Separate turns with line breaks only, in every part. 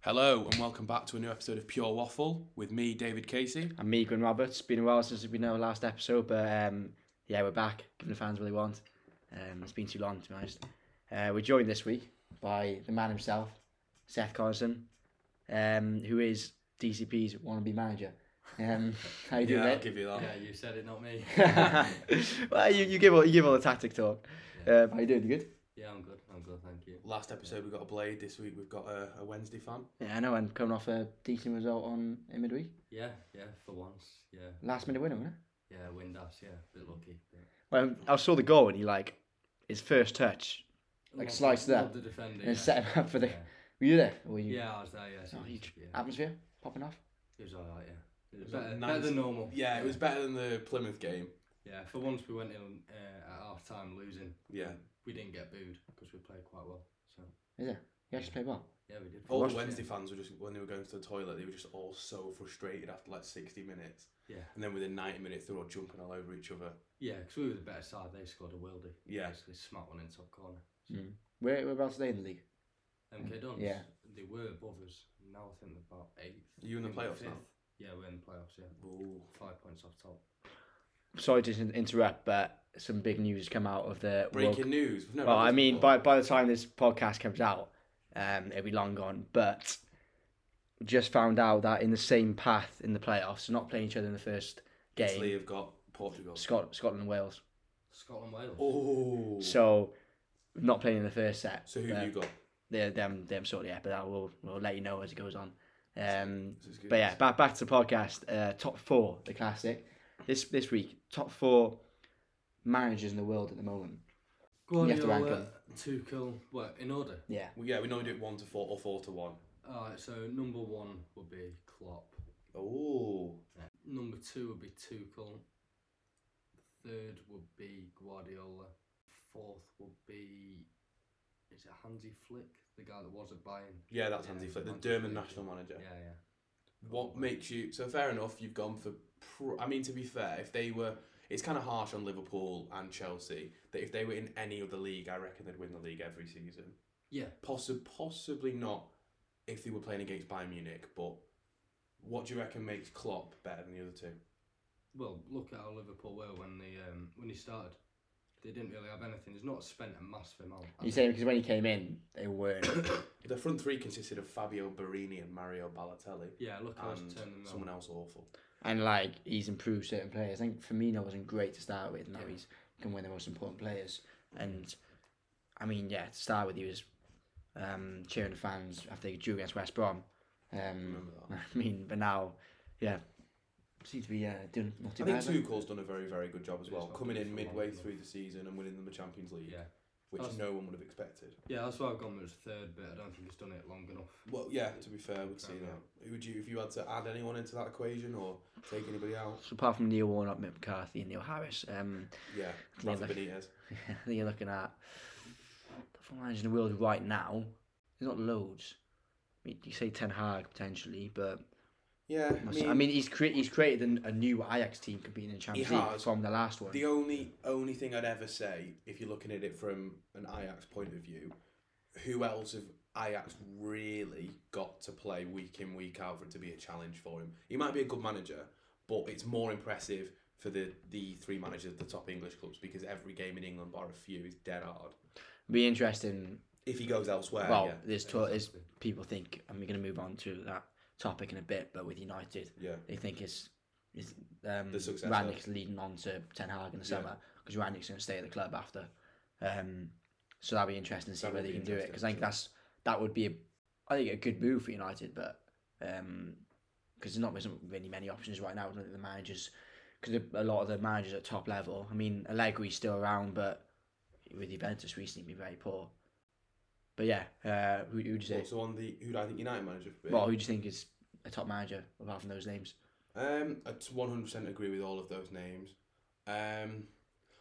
Hello and welcome back to a new episode of Pure Waffle with me, David Casey.
And me, Gwyn Roberts. Been a while since we know our last episode, but um, yeah, we're back, giving the fans what they want. Um, it's been too long, to be honest. Uh, we're joined this week by the man himself, Seth Collison, um, who is DCP's wannabe manager. Um, how you doing,
yeah, I'll
mate?
give you that.
Yeah, you said it, not me.
well, you, you give all you give all the tactic talk. Um, how you doing? You good?
yeah, I'm good. I'm good, thank you.
Last episode we got a blade. This week we've got a, a Wednesday fan.
Yeah, I know. And coming off a decent result on in midweek,
Yeah, yeah, for once. Yeah,
last minute winner, wasn't it?
yeah, Windass, yeah, bit lucky. but-
Well, I saw the goal and he like his first touch. Like
Love-
slice that.
love the defender.
And
yeah.
set him up for the-
Yeah,
Were you there? Or were you?
Yeah, I was there, yeah. so
Oh,
it was-
huge.
yeah.
Atmosphere popping off.
It was alright, yeah. It was
was like
better,
nice-
better than normal.
Yeah, it was better than the Plymouth game.
Yeah, for once we went in uh, at half time losing.
Yeah.
We didn't get booed because we played quite well. So,
Is it? You actually played well.
yeah, we did.
All
Watched
the
it,
Oh, Wednesday fans were just when they were going to the toilet, they were just all so frustrated after like sixty minutes,
Yeah,
and then within ninety minutes they were all jumping all over each other.
yeah, because we were the better side. They scored a worldie.
Yeah.
Basically, smart one in top corner.
Where whereabouts are they in the league?
MK Dons.
Mm, Yeah.
They were above us. Now I think they're about eighth.
Are you in the
I think we're
playoffs now?
fifth. Yeah, we're in the playoffs. Yeah,
Ooh.
five points off top.
Sorry to in- interrupt, but some big news has come out of the World
Breaking news. We've never
Well,
had
I
this
mean,
before.
by by the time this podcast comes out, um, it'll be long gone. But just found out that in the same path in the playoffs, not playing each other in the first
Italy
game,
have got Portugal.
Scot- Scotland and Wales.
Scotland Wales.
Oh.
So uh, not playing in the first set.
So who
but
have you got?
They're them them sort of yeah, but that will we'll let you know as it goes on. Um,
This is good.
But yeah, back back to the podcast. Uh, top four, the classic. This this week, top four managers in the world at the moment. You have to rank
Guardiola, Tuchel. What in order?
Yeah,
Well, yeah, we normally do it one to four or four to one.
Alright, so number one would be Klopp.
Oh.
Number two would be Tuchel. Third would be Guardiola. Fourth would be is it Hansi Flick, the guy that was at Bayern?
Yeah, that's
Yeah,
Hansi Flick, the
Hansi
German
Flick.
national manager.
Yeah, yeah.
What makes you so fair enough? You've gone for. Pr- I mean, to be fair, if they were, it's kind of harsh on Liverpool and Chelsea that if they were in any other league, I reckon they'd win the league every season.
Yeah.
Possi- possibly not if they were playing against Bayern Munich, but what do you reckon makes Klopp better than the other two?
Well, look at how Liverpool were when they um, when he started. They didn't really have anything. He's not spent a massive amount.
you saying because when he came in, they weren't.
The front three consisted of Fabio Barini and Mario Balotelli,
Yeah, look how he's
and
turned them
someone
on.
else awful.
and like he's improved certain players. I think Firmino wasn't great to start with. Now
Yeah.
he's become one of the most important players. And I mean, yeah, to start with, he was um, cheering the fans after they drew against West Brom. Um,
Remember that.
I mean, but now, yeah, seems to be uh, doing not too
I
bad.
think Tuchel's done a very, very good job as
He's
well,
not
coming in
been for long
midway
enough.
through the season and winning them the Champions League,
Yeah,
which
That's-
no one would have expected.
yeah. That's why I've gone with his third, but I don't think he's done it long enough.
Well, yeah. To be fair, I would see
Fair enough.
that. Who Would you, if you had to add anyone into that equation or take anybody out?
So apart from Neil Warnock, Mick McCarthy, and Neil Harris, um,
Yeah,
Yeah,
Rafa
like-
Benitez.
I think you're looking at the four managers in the world right now. There's not loads. I mean, you say Ten Hag potentially, but
Yeah,
I mean, he's cre- he's created an, a new Ajax team competing in Champions
He
League
has.
from the last one.
the only only thing I'd ever say, if you're looking at it from an Ajax point of view, who else have Ajax really got to play week in week out for it to be a challenge for him? He might be a good manager, but it's more impressive for the the three managers of the top English clubs because every game in England, bar a few, is dead hard.
Be interesting.
If he goes elsewhere,
well,
Uh, yeah,
there's to- there's
Exactly.
people think, and we're going to move on to that topic in a bit. But with United,
yeah.
they think it's is um,
The successor.
Rangnick's leading on to Ten Hag in the
Yeah.
summer because Rangnick's going to stay at the club after. Um, so that'll be interesting to see
That would
whether
be
he can do it
interesting,
because I think
sure.
that's that would be a, I think a good move for United, but um, because there's not there's not really many options right now. I don't think the managers, because a lot of the managers at top level. I mean, Allegri's still around, but with Juventus recently been very poor. But yeah, uh, who who do you say?
Also on the who do I think United manager would be?
Well, who do you think is a top manager apart from those names?
Um, I one hundred percent agree with all of those names. Um,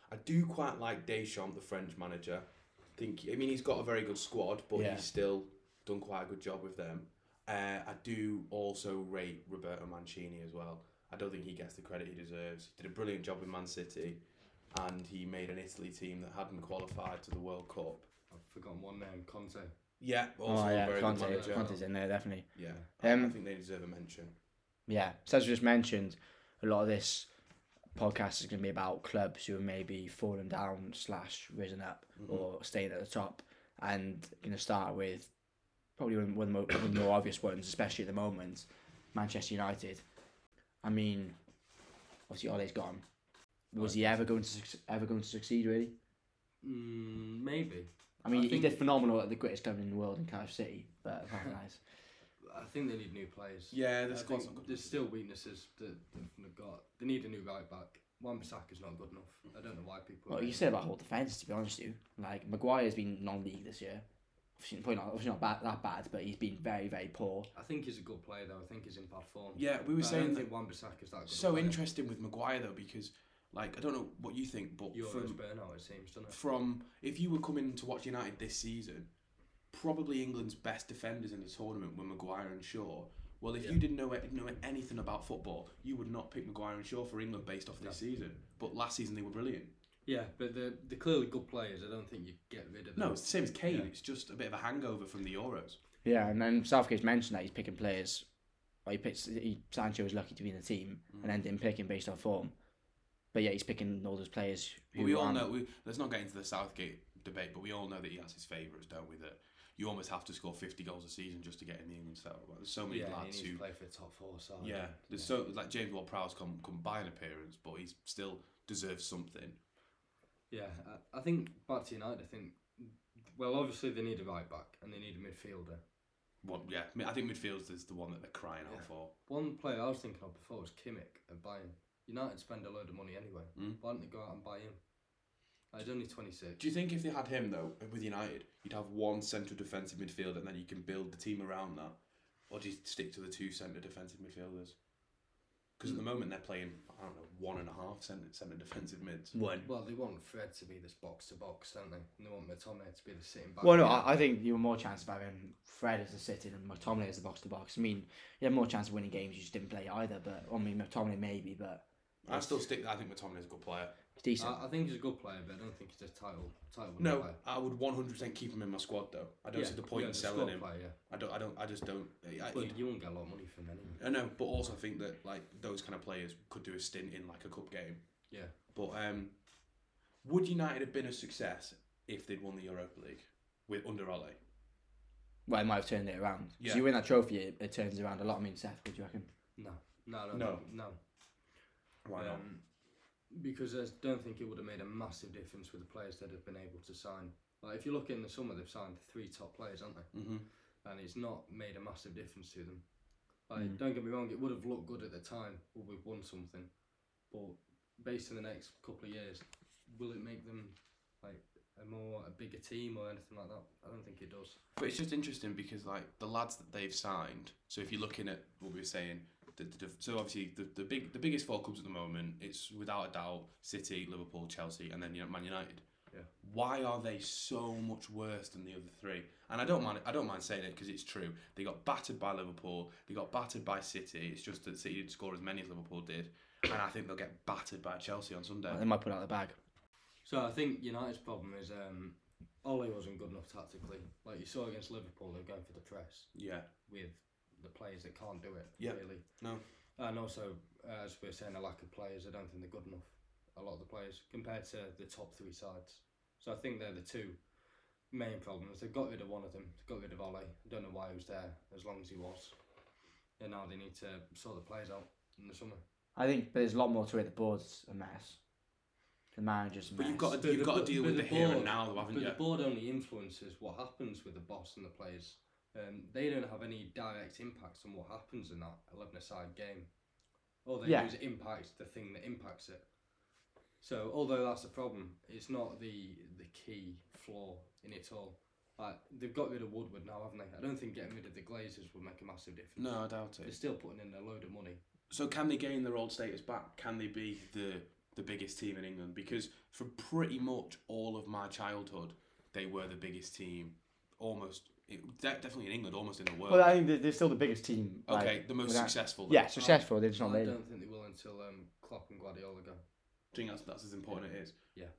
I do quite like Deschamps, the French manager. I think I mean he's got a very good squad, but
Yeah.
he's still done quite a good job with them. Uh, I do also rate Roberto Mancini as well. I don't think he gets the credit he deserves. He did a brilliant job with Man City, and he made an Italy team that hadn't qualified to the World Cup.
I've forgotten one name, Conte.
Yeah, also
Oh
a
yeah,
very good
Conte,
manager.
Conte's in there definitely.
Yeah, I- I
Um,
think they deserve a mention.
Yeah, so as we just mentioned, a lot of this podcast is going to be about clubs who have maybe fallen down slash risen up
Mm-hmm.
or stayed at the top, and going to start with probably one one of the mo- one of the more obvious ones, especially at the moment, Manchester United. I mean, obviously Ole's gone. Was he ever going to suc- ever going to succeed really?
Mm, maybe.
I mean,
I
he
think-
did phenomenal at the greatest club in the world in Cardiff City, but apart from that, it's-
I think they need new players.
Yeah,
I
the squad's not
think
good.
there's still weaknesses that they've got. They need a new right back. Wan Bissaka's not good enough. I don't know why people.
Well, you said about whole defence, to be honest with you. Like, Maguire's been non league this year. Obviously, probably not, obviously not bad, that bad, but he's been very, very poor.
I think he's a good player though. I think he's in bad form.
Yeah, we were
But I
saying
don't
that.
think Wan Bissaka's that good. a
So
player.
interesting with Maguire though, because like I don't know what you think, but
Yours
from
burnout it seems, doesn't it?
from if you were coming to watch United this season, probably England's best defenders in the tournament were Maguire and Shaw. Well, if you didn't know know anything about football, you would not pick Maguire and Shaw for England based off this season. But last season they were brilliant.
Yeah, but they're, they're clearly good players. I don't think you get rid of them.
No, it's the same as Kane.
Yeah.
It's just a bit of a hangover from the Euros.
Yeah, and then Southgate's mentioned that he's picking players. Well, he picks, he, Sancho was lucky to be in the team and then didn't pick him based on form. But yeah, he's picking all those players. who
we all
aren't-
know. We, let's not get into the Southgate debate, but we all know that he has his favourites, don't we? That you almost have to score fifty goals a season just to get in the England setup. Like, There's so many
yeah, he
lads
needs
who
to play for the top four side.
Yeah, there's so like James Ward-Prowse come come by an appearance, but he still deserves something.
Yeah, uh, I, I think back to United. I think well, obviously they need a right back and they need a midfielder.
What? Yeah, I mean, I think midfield is the one that they're crying out for.
One player I was thinking of before was Kimmich at Bayern. United spend a load of money anyway.
Mm.
Why don't they go out and buy him? Uh, He's only twenty six.
Do you think if they had him though with United, you'd have one central defensive midfielder, and then you can build the team around that, or do you stick to the two centre defensive midfielders? Because at the moment they're playing, I don't know, one and a half centre centre defensive mids.
One.
Well, they want Fred to be this box to box, don't they? And they want McTominay to be the sitting back.
Well, no, I, I think you have more chance of having Fred as a sitting and McTominay as the box to box. I mean, you have more chance of winning games you just didn't play either, but I mean, McTominay maybe, but
I still stick. I think McTominay's a good player. Uh,
it's decent.
I, I think he's a good player, but I don't think he's a title title winning
No,
player.
I would 100% keep him in my squad though. I don't see the point
yeah,
in
he's a
selling
squad
him. Uh,
Player, yeah.
I don't. I don't. I just don't. I, I-
Well, you won't get a lot of money from him anyway.
I know, but also I think that like those kind of players could do a stint in like a cup game.
Yeah.
But um, would United have been a success if they'd won the Europa League with under Ole?
Well, it might have turned it around.
Yeah.
So you win that trophy, it, it turns around a lot. I mean, Seth, what do you reckon?
No, no, no,
No.
no. no.
Why not?
Um, because I don't think it would have made a massive difference with the players that have been able to sign. Like if you look in the summer, they've signed three top players, aren't they?
Mm-hmm.
And it's not made a massive difference to them. Like don't get me wrong, it would have looked good at the time, or we've won something. But based on the next couple of years, will it make them like a more a bigger team or anything like that? I don't think it does.
But it's just interesting because like the lads that they've signed. So if you're looking at what we were saying, the, the, the- so obviously the, the big the biggest four clubs at the moment, it's without a doubt City, Liverpool, Chelsea, and then you know, Man United.
Yeah.
Why are they so much worse than the other three? And I don't mind I don't mind saying it because it's true. They got battered by Liverpool. They got battered by City. It's just that City didn't score as many as Liverpool did, and I think they'll get battered by Chelsea on Sunday.
They might put it out the bag.
So I think United's problem is um, Ole wasn't good enough tactically. Like you saw against Liverpool, they were going for the press.
Yeah.
with the players that can't do it.
Yeah.
Really.
No.
And also, uh, as we are saying, a lack of players. I don't think they're good enough. A lot of the players compared to the top three sides. So I think they're the two main problems. They got rid of one of them. They got rid of Ole. I don't know why he was there as long as he was. And now they need to sort the players out in the summer.
I think there's a lot more to it. The board's a mess. The manager's a mess.
But you've got
But
to you've
the-
got to
but
deal with the,
the
here and
board-
now, though, haven't
But
you?
the board only influences what happens with the boss and the players. Um, they don't have any direct impacts on what happens in that 11 aside game. All they
Yeah.
do is impact the thing that impacts it. So, although that's a problem, it's not the the key flaw in it all. Like, they've got rid of Woodward now, haven't they? I don't think getting rid of the Glazers would make a massive difference.
No, I doubt it.
They're still putting in a load of money.
So can they gain their old status back? Can they be the the biggest team in England? Because for pretty much all of my childhood, they were the biggest team, almost it- de- definitely in England, almost in the world.
Well, I think they're, they're still the biggest team. like,
okay, the most
without-
successful. then.
Yeah, successful. They're just not
I
made.
don't think they will until um, Klopp and Guardiola go.
I think that's, that's as important it is.
Yeah.
It-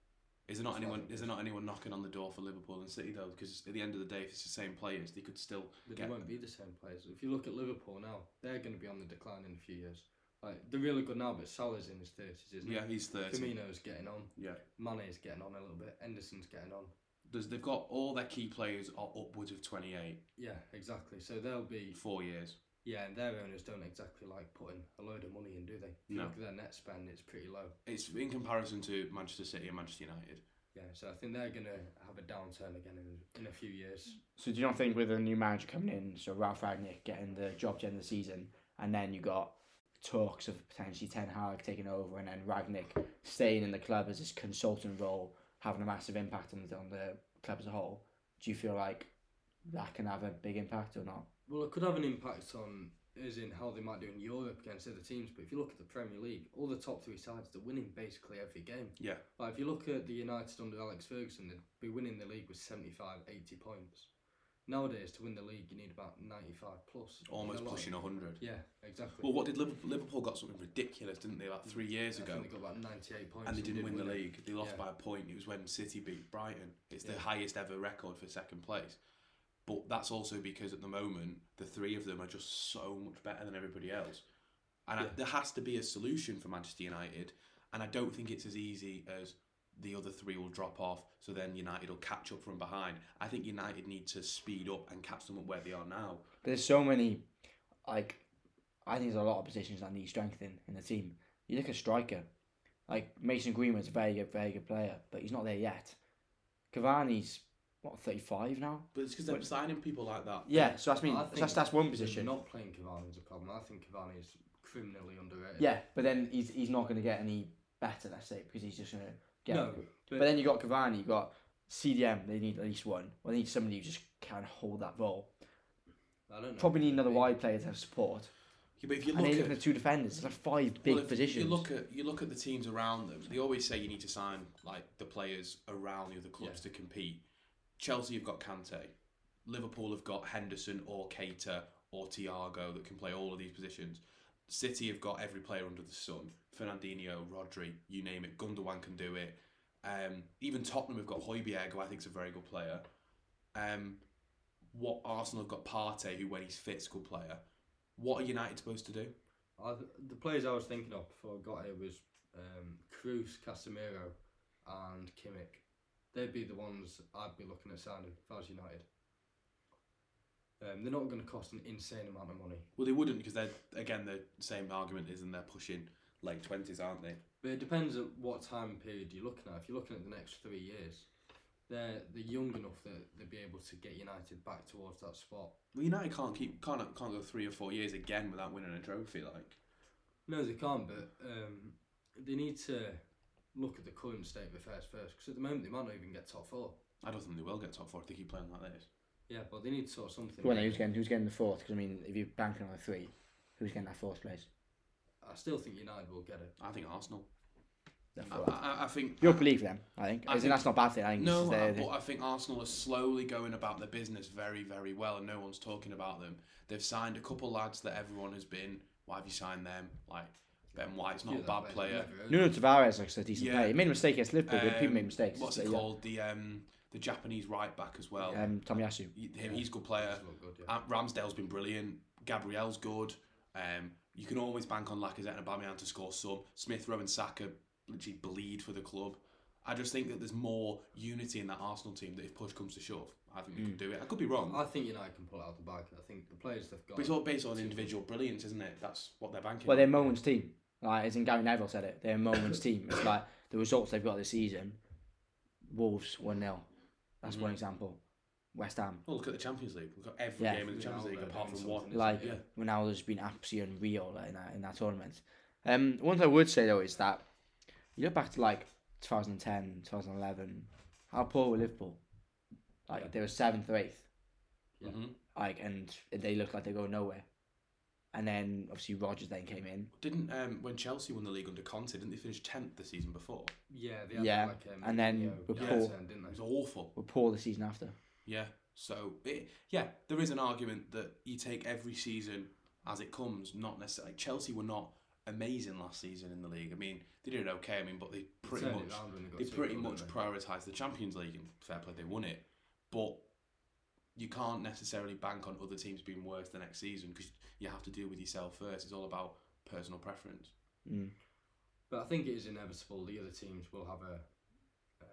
Is there not
That's what I
anyone?
think it
Is there
is.
not anyone knocking on the door for Liverpool and City though? Because at the end of the day, if it's the same players, they could still
But
get
they won't be the same players. If you look at Liverpool now, they're going to be on the decline in a few years. Like they're really good now, but Salah's in his thirties, isn't
Yeah, he's
he?
thirty.
Firmino's getting on.
Yeah.
Mane's getting on a little bit. Henderson's getting on.
There's, they've got all their key players are upwards of 28
Yeah, exactly. So they'll
in
be
four years.
yeah, and their owners don't exactly like putting a load of money in, do they? If you
No.
Look at their net spend; it's pretty low.
It's in comparison to Manchester City and Manchester United.
Yeah, so I think they're going to have a downturn again in, in a few years.
So do you not think with a new manager coming in, so Ralph Ragnick getting the job at the end of the season, and then you got talks of potentially Ten Hag taking over, and then Ragnick staying in the club as his consultant role, having a massive impact on the, on the club as a whole. Do you feel like that can have a big impact or not?
Well, it could have an impact on as in how they might do in Europe against other teams. But if you look at the Premier League, all the top three sides they're winning basically every game.
Yeah.
Like if you look at the United under Alex Ferguson, they'd be winning the league with 75, 80 points. Nowadays, to win the league, you need about 95 plus.
Almost
A lot of-
pushing 100.
Yeah, exactly.
Well, what did Liverpool, Liverpool got something ridiculous, didn't they, about three years
I
ago?
think they got like 98 points.
And they didn't
did
win the
it.
league. They lost
Yeah.
by a point. It was when City beat Brighton. It's the
Yeah.
highest ever record for second place. But that's also because at the moment, the three of them are just so much better than everybody else. And I,
Yeah.
there has to be a solution for Manchester United. And I don't think it's as easy as the other three will drop off. So then United will catch up from behind. I think United need to speed up and catch them up where they are now.
There's so many, like, I think there's a lot of positions that need strengthening in the team. You look at striker, like Mason Greenwood's a very good, very good player, but he's not there yet. Cavani's what 35 now.
But it's because they're
But-
signing people like that.
Yeah, so that's
I
mean
think
that's that's one
They're
position.
not playing Cavani is a problem. I think Cavani is criminally underrated.
Yeah, but then he's he's not going to get any better. Let's say because he's just going to get.
No,
but, then you got Cavani, you got CDM. They need at least one. Well, they need somebody who just can hold that role.
I don't know.
Probably need another
Maybe.
wide player to have support.
Yeah, But if you look
and then you're
at
looking at two defenders. It's like five big
Well, if
positions.
You look at you look at the teams around them. They always say you need to sign like the players around the other clubs to compete. Chelsea have got Kante. Liverpool have got Henderson or Cater or Tiago that can play all of these positions. City have got every player under the sun. Fernandinho, Rodri, you name it. Gundogan can do it. Um, even Tottenham have got Hoiberg, who I think is a very good player. Um, what Arsenal have got Partey, who when he's fit, is a good player. What are United supposed to do?
I, th- the players I was thinking of before I got here was um, Cruz, Casemiro, and Kimmich. They'd be the ones I'd be looking at signing if I was United. Um, they're not going to cost an insane amount of money,
Well, they wouldn't because they're again the same argument is, and they're pushing late twenties, aren't they?
but it depends at what time period you're looking at. If you're looking at the next three years, they're they're young enough that they'd be able to get United back towards that spot.
Well, United can't keep can't can't go three or four years again without winning a trophy. Like,
No, they can't. But um, they need to look at the current state of affairs first, because at the moment they might not even get top four.
I don't think they will get top four if they keep playing like this.
Yeah, but they need to sort something.
well,
out.
no, who's getting who's getting the fourth? Because I mean, if you're banking on a three, who's getting that fourth place?
I still think United will get it.
I think Arsenal.
They're
I,
fourth.
I, I think
You're believe them, I think.
I
I think
think-
that's not a bad thing. I think it's
no,
just
I,
their-
but I think Arsenal are slowly going about their business very very well, and no one's talking about them. They've signed a couple lads that everyone has been. Why have you signed them? Like Ben White's not a
Yeah,
bad
but
player.
Nuno
never
Tavares like, is a decent
Yeah.
player. He made a mistake against Liverpool, but people
Um,
made mistakes.
What's
but
it
yeah.
called? The um the Japanese right back as well.
Um, Tomiyasu.
He- Him, he's a good player.
He's not good, yeah.
Uh, Ramsdale's been brilliant. Gabrielle's good. Um, you can always bank on Lacazette and Aubameyang to score some. Smith Rowe and Saka literally bleed for the club. I just think that there's more unity in that Arsenal team that if push comes to shove, I think they can do it. I could be wrong,
I think United can pull it out of the bag. I think the players they've got.
but it's all based on individual brilliance, isn't it? That's what they're banking.
Well, they're
on.
Moments team. Like, as in Gary Neville said it, they're Moments team. It's like the results they've got this season. Wolves one 0 That's
Mm.
one example. West Ham.
Well, Oh, look at the Champions League. We've got every
Yeah.
game in the Champions League
Ronaldo
apart
doing
from one.
something,
Like
yeah.
Ronaldo's been absolutely unreal like, in that in that tournament. Um, one thing I would say though is that you look back to like 2010, 2011. How poor were Liverpool? Like
Yeah.
they were seventh or eighth.
Yeah.
Mhm.
Like and they looked like they go nowhere. And then obviously Rogers then came in.
Didn't um, when Chelsea won the league under Conte, didn't they finish tenth the season before?
Yeah, they had
Yeah,
like um,
and then
Mourinho
we're
downturn,
poor.
didn't
It was
they?
awful.
Were poor the season after.
Yeah. So it, yeah, there is an argument that you take every season as it comes, not necessarily. Chelsea were not amazing last season in the league. I mean, they did okay. I mean, but they pretty
Turned it
much
round when got
they
two
pretty
goal,
much
didn't they?
prioritised the Champions League and fair play they won it, but you can't necessarily bank on other teams being worse the next season because you have to deal with yourself first. It's all about personal preference.
Mm.
But I think it is inevitable. The other teams will have a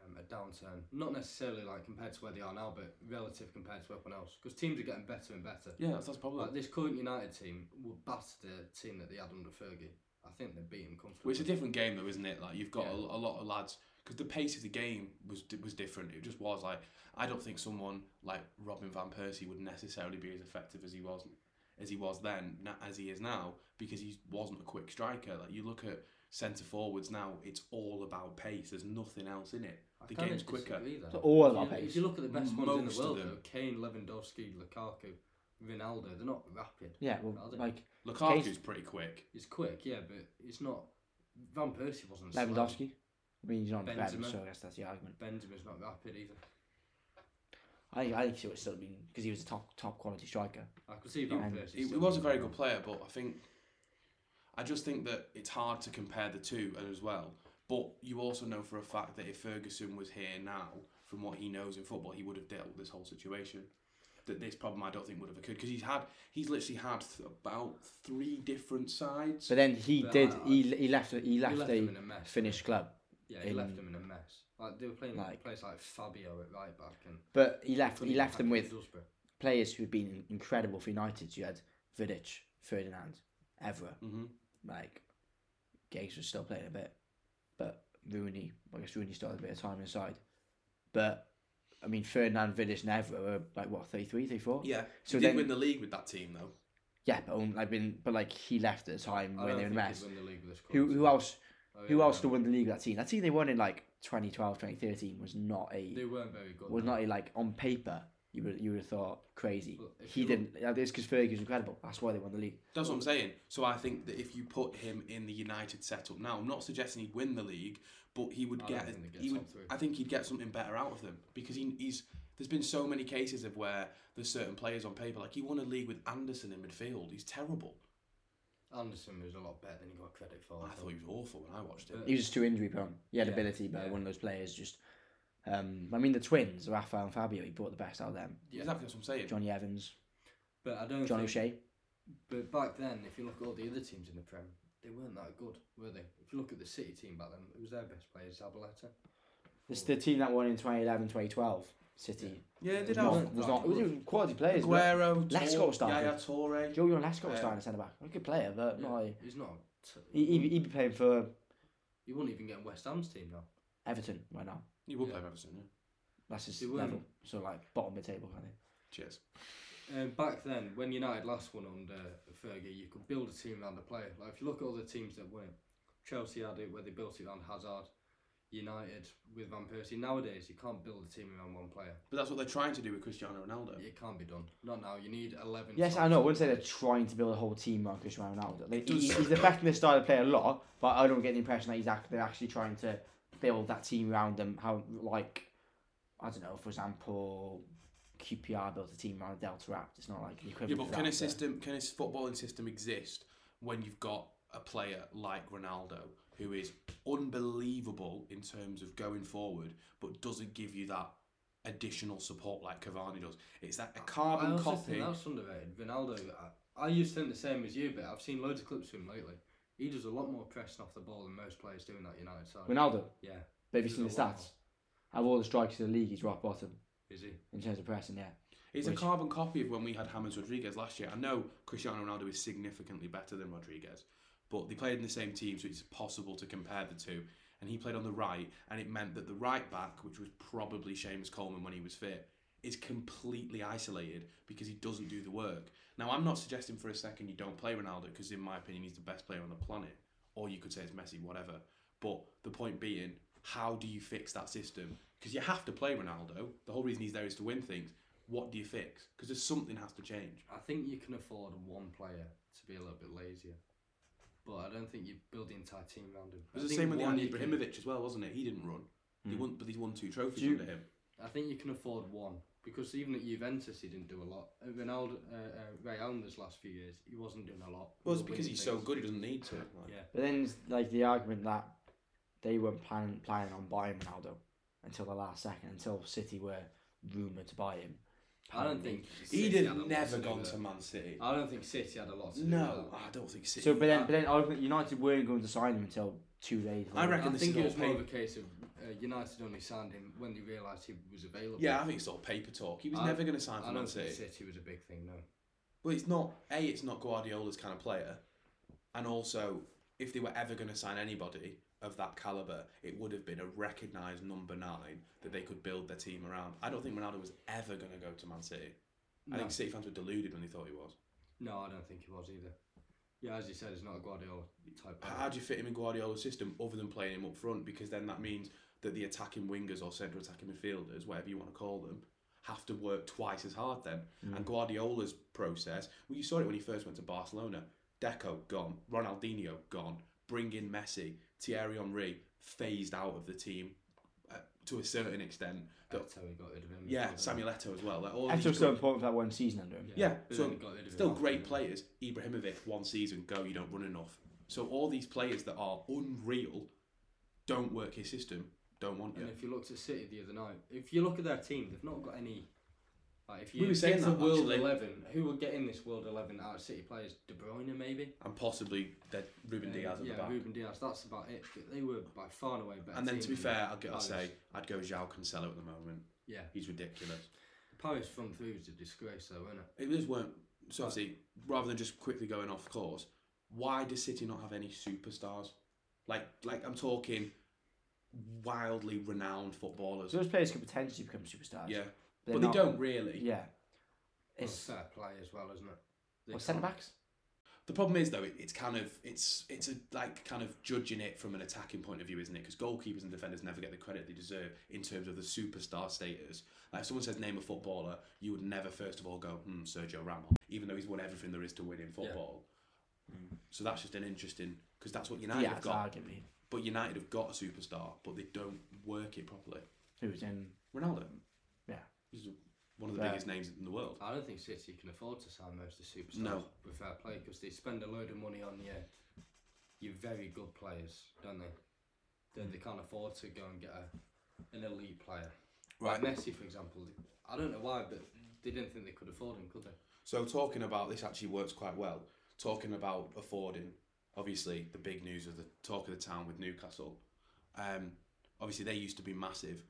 um, a downturn, not necessarily like compared to where they are now, but relative compared to everyone else, because teams are getting better and better.
Yeah, that's that's probably
Like this current United team will batter the team that they had under Fergie. I think they beat them comfortably.
Well, it's a different game though, isn't it? Like you've got
Yeah.
a, a lot of lads because the pace of the game was was different. It just was like I don't think someone like Robin van Persie would necessarily be as effective as he was as he was then na- as he is now because he wasn't a quick striker. Like you look at centre forwards now, it's all about pace. There's nothing else in it.
I
The
kinda
game's quicker.
disagree there.
So all
If
of our
you-
pace.
If you look at the best ones in
Most
the
of
world,
them.
though, Kane, Lewandowski, Lukaku, Ronaldo, they're not rapid.
Yeah,
Are
well,
they?
like
Lukaku's pretty quick.
It's quick, yeah, but it's not. Van Persie wasn't. slow.
Lewandowski. I mean, he's not on Prem,
Benzema.
so I guess that's the argument.
Benzema's not rapid either.
I think I think he would still been because he was a top top quality striker.
I could see Van
And
Persie.
He, he
still
was a
being
very
good.
good player, but I think I just think that it's hard to compare the two as well. But you also know for a fact that if Ferguson was here now, from what he knows in football, he would have dealt with this whole situation. That this problem I don't think would have occurred because he's had he's literally had th- about three different sides.
But then he
But
did.
I-
he he left. He
He
left,
left
a
them in a mess.
Finnish club,
Yeah, he left
in-
them in a mess. Like they were playing like
like-
place like Fabio at right back and
but he left.
couldn't
He
get
left
back
them
into
with
Middlesbrough.
players who had been incredible for United. You had Vidic, Ferdinand, Evra.
hmm
Like, Giggs was still playing a bit, but Rooney. I guess Rooney started a bit of time inside, but I mean Ferdinand, Vidic, and Evra were like what 33, 34?
Yeah,
So
he did
then-
win the league with that team though.
Yeah, but only, like, been, but like he left at a time
I
when
don't
they were in a
think
mess.
he'd win the league with this
Who
club,
who
so-
else?
I
Who
really
else to
don't.
win the league? That team. That team they won in like 2012, 2013 was not
They
a
weren't very good.
was
no.
not a like on paper. You would you would have thought crazy.
Well, if
He
you
didn't. Like, it's because Fergie was incredible. That's why they won the league.
That's what I'm saying. So I think that if you put him in the United setup now, I'm not suggesting he'd win the league, but he would
I
get.
don't think they'd
he
get
would.
top three.
I think he'd get something better out of them because he, he's. There's been so many cases of where there's certain players on paper, like he won a league with Anderson in midfield. He's terrible.
Anderson was a lot better than he got credit for.
I thought he was awful when I watched him.
Uh,
He was too injury prone. He had
Yeah,
ability, but
yeah.
one of those players just. Um, I mean the twins, Rafael and Fabio. He brought the best out of them.
yeah.
Exactly that's what I'm saying.
Johnny Evans,
but I don't.
John
think,
O'Shea.
But back then, if you look at all the other teams in the Prem, they weren't that good, were they? If you look at the City team back then, it was their best player, Zabaleta.
It's the team that won in 2011, 2012. City
yeah, he did
Yeah.
was
have
not, was not- it was quality players. but
Aguero,
Let's
Tor-
go, Starfield.
Yaya Toure.
Julian Lesko was
Yeah.
starting at centre back. A good player, but
Yeah,
not. a-
He's not. t-
He he he'd be playing for
He wouldn't even get in West Ham's team now.
Everton right now.
You would
Yeah.
play Everton, yeah.
That's his
They were.
level. So like bottom of the table kind of.
Cheers.
Um, back then, when United last won under Fergie, you could build a team around a player. Like if you look at all the teams that won it, Chelsea had it where they built it around Hazard. United with Van Persie. Nowadays, you can't build a team around one player.
But that's what they're trying to do with Cristiano Ronaldo.
It can't be done. Not now. You need eleven.
Yes,
top
I know. I
team
wouldn't say they're
players.
trying to build a whole team around Cristiano Ronaldo. Like, he,
Does-
he's affecting this style of play a lot, but I don't get the impression that he's act- they're actually trying to build that team around them. How like I don't know, for example, QPR built a team around Delta Rapt. It's not like the
Yeah,
equivalent.
but
to
can
that,
a system, can a s- footballing system exist when you've got a player like Ronaldo who is unbelievable in terms of going forward, but doesn't give you that additional support like Cavani does? It's that a
I
carbon
also
copy.
think that's underrated. Ronaldo. I, I used to think the same as you, but I've seen loads of clips of him lately. He does a lot more pressing off the ball than most players do in that United side.
but- Ronaldo.
yeah,
But have you
He's
seen
a
the
lot.
stats? Out Of all the strikers in the league, he's rock bottom
is he?
in terms of pressing. Yeah,
It's a
Which-
carbon copy of when we had James Rodriguez last year. I know Cristiano Ronaldo is significantly better than Rodriguez, but they played in the same team, so it's possible to compare the two. And he played on the right, and it meant that the right back, which was probably Seamus Coleman when he was fit, is completely isolated because he doesn't do the work. Now, I'm not suggesting for a second you don't play Ronaldo because, in my opinion, he's the best player on the planet. Or you could say it's Messi, whatever. But the point being, how do you fix that system? Because you have to play Ronaldo. The whole reason he's there is to win things. What do you fix? Because there's something has to change.
I think you can afford one player to be a little bit lazier, but I don't think you build the entire team around him.
It
I
was the
think
same with
one
Andy
you can-
Ibrahimovic as well, wasn't it? He didn't run. He
Mm.
won, but he's won two trophies
Do you-
under him.
I think you can afford one because even at Juventus he didn't do a lot. At Ronaldo, uh, uh, Ray Allen this last few years he wasn't doing a lot.
Well, it's
He was
because
winning
he's so
things.
good he doesn't need to. Like,
Yeah,
But then it's like the argument that they weren't planning planning on buying Ronaldo until the last second, until City were rumoured to buy him.
I don't think
He
City had a
did
lot
never
do
gone
with
to
it.
Man City.
I don't think City had a lot. To do
No,
with that.
I don't think City.
So, but then, but then ultimately United weren't going to sign him until two days.
I
later.
reckon
I
this
think
is
it was
all
more
paid-
of a case of uh, United only signed him when they realised he was available.
yeah, I think it's all paper talk. He was
I-
never going to sign for
I don't
Man
think
City.
City was a big thing. No,
Well, it's not a. It's not Guardiola's kind of player, and also if they were ever going to sign anybody of that caliber, it would have been a recognised number nine that they could build their team around. I don't think Ronaldo was ever going to go to Man City. I
no.
think City fans were deluded when they thought he was.
no, I don't think he was either. Yeah, as you said, it's not a Guardiola type.
How
player.
how do you fit him in Guardiola's system other than playing him up front? Because then that means that the attacking wingers or central attacking midfielders, whatever you want to call them, have to work twice as hard then. And Guardiola's process, well, you saw it when he first went to Barcelona. Deco gone, Ronaldinho gone, bring in Messi, Thierry Henry phased out of the team uh, to a certain extent. That,
That's how he got rid of him.
yeah, Samuel Eto'o as well. Like all
That's
these
so
good-
important for that one season under him.
yeah,
but
so
then he got rid of him
Still
after,
great
didn't he?
players. Ibrahimovic, one season, go, you don't run enough. So all these players that are unreal don't work his system, don't want you.
And if you looked at City the other night, if you look at their team, they've not got any. Like if you
We were saying
get
that,
the world
actually.
eleven, who would get in this world eleven out of City players? De Bruyne maybe.
And possibly that Ruben
Uh,
Diaz at
yeah,
the back.
Ruben Diaz. That's about it. But they were by far and away better.
and then
team
to be
than
fair, I'd, go, I'd
Palace.
say I'd go Zhao Cancelo at the moment.
yeah,
He's ridiculous.
Paris front three was a disgrace though, wasn't it?
It just weren't. So obviously, rather than just quickly going off course, why does City not have any superstars? Like, like I'm talking wildly renowned footballers.
So those players could potentially become superstars.
Yeah,
they're
but they
not-
don't really.
Yeah.
Well,
It's
fair play as well, isn't it? They
well, centre
can't-
backs.
The problem is though, it, it's kind of it's it's a, like kind of judging it from an attacking point of view, isn't it? Because goalkeepers and defenders never get the credit they deserve in terms of the superstar status. Like if someone says name a footballer, you would never first of all go hmm, Sergio Ramos, even though he's won everything there is to win in football. So that's just an interesting because that's what United
Yeah,
have
it's
got.
arguably
But United have got a superstar, but they don't work it properly.
who's in.
Ronaldo,
Yeah.
he's one of the
Yeah.
biggest names in the world.
I don't think City can afford to sign most of the superstars
No.
with fair play because they spend a load of money on your your very good players, don't they? Then they can't afford to go and get a, an elite player. Like Messi, for example. I don't know why, but they didn't think they could afford him, could they?
So talking about this actually works quite well. Talking about affording, obviously the big news of the talk of the town with Newcastle. Um, obviously they used to be massive.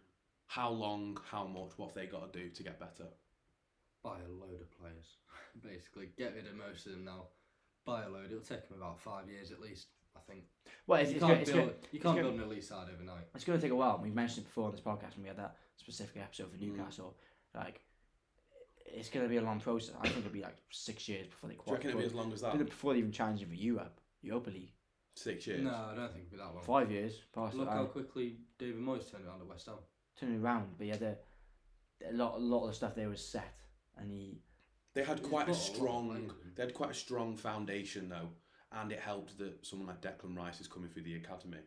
How long? How much? What have they got to do to get better?
Buy a load of players, basically. Get rid of most of them now. Buy a load. It'll take them about five years at least, I think.
Well, it's,
you
it's,
can't
gonna, it's,
build.
gonna,
you can't
gonna-
build an elite side overnight.
it's gonna take a while. We mentioned it before on this podcast when we had that specific episode for
Mm.
Newcastle. Like, it's gonna be a long process. I think it'll be like six years before they
Do you reckon it'll be
qualify.
as long as that?
Before they even challenge him for Europe, Europa League.
Six years.
No, I don't think it'll be
Oh.
that long.
Five years past
Look
that.
how quickly David Moyes turned around at West Ham.
turning around, but he had a, a lot, a lot of the stuff there was set, and he
They had
He's
quite a
got a lot of
strong.
players.
They had quite a strong foundation though, and it helped that someone like Declan Rice is coming through the academy.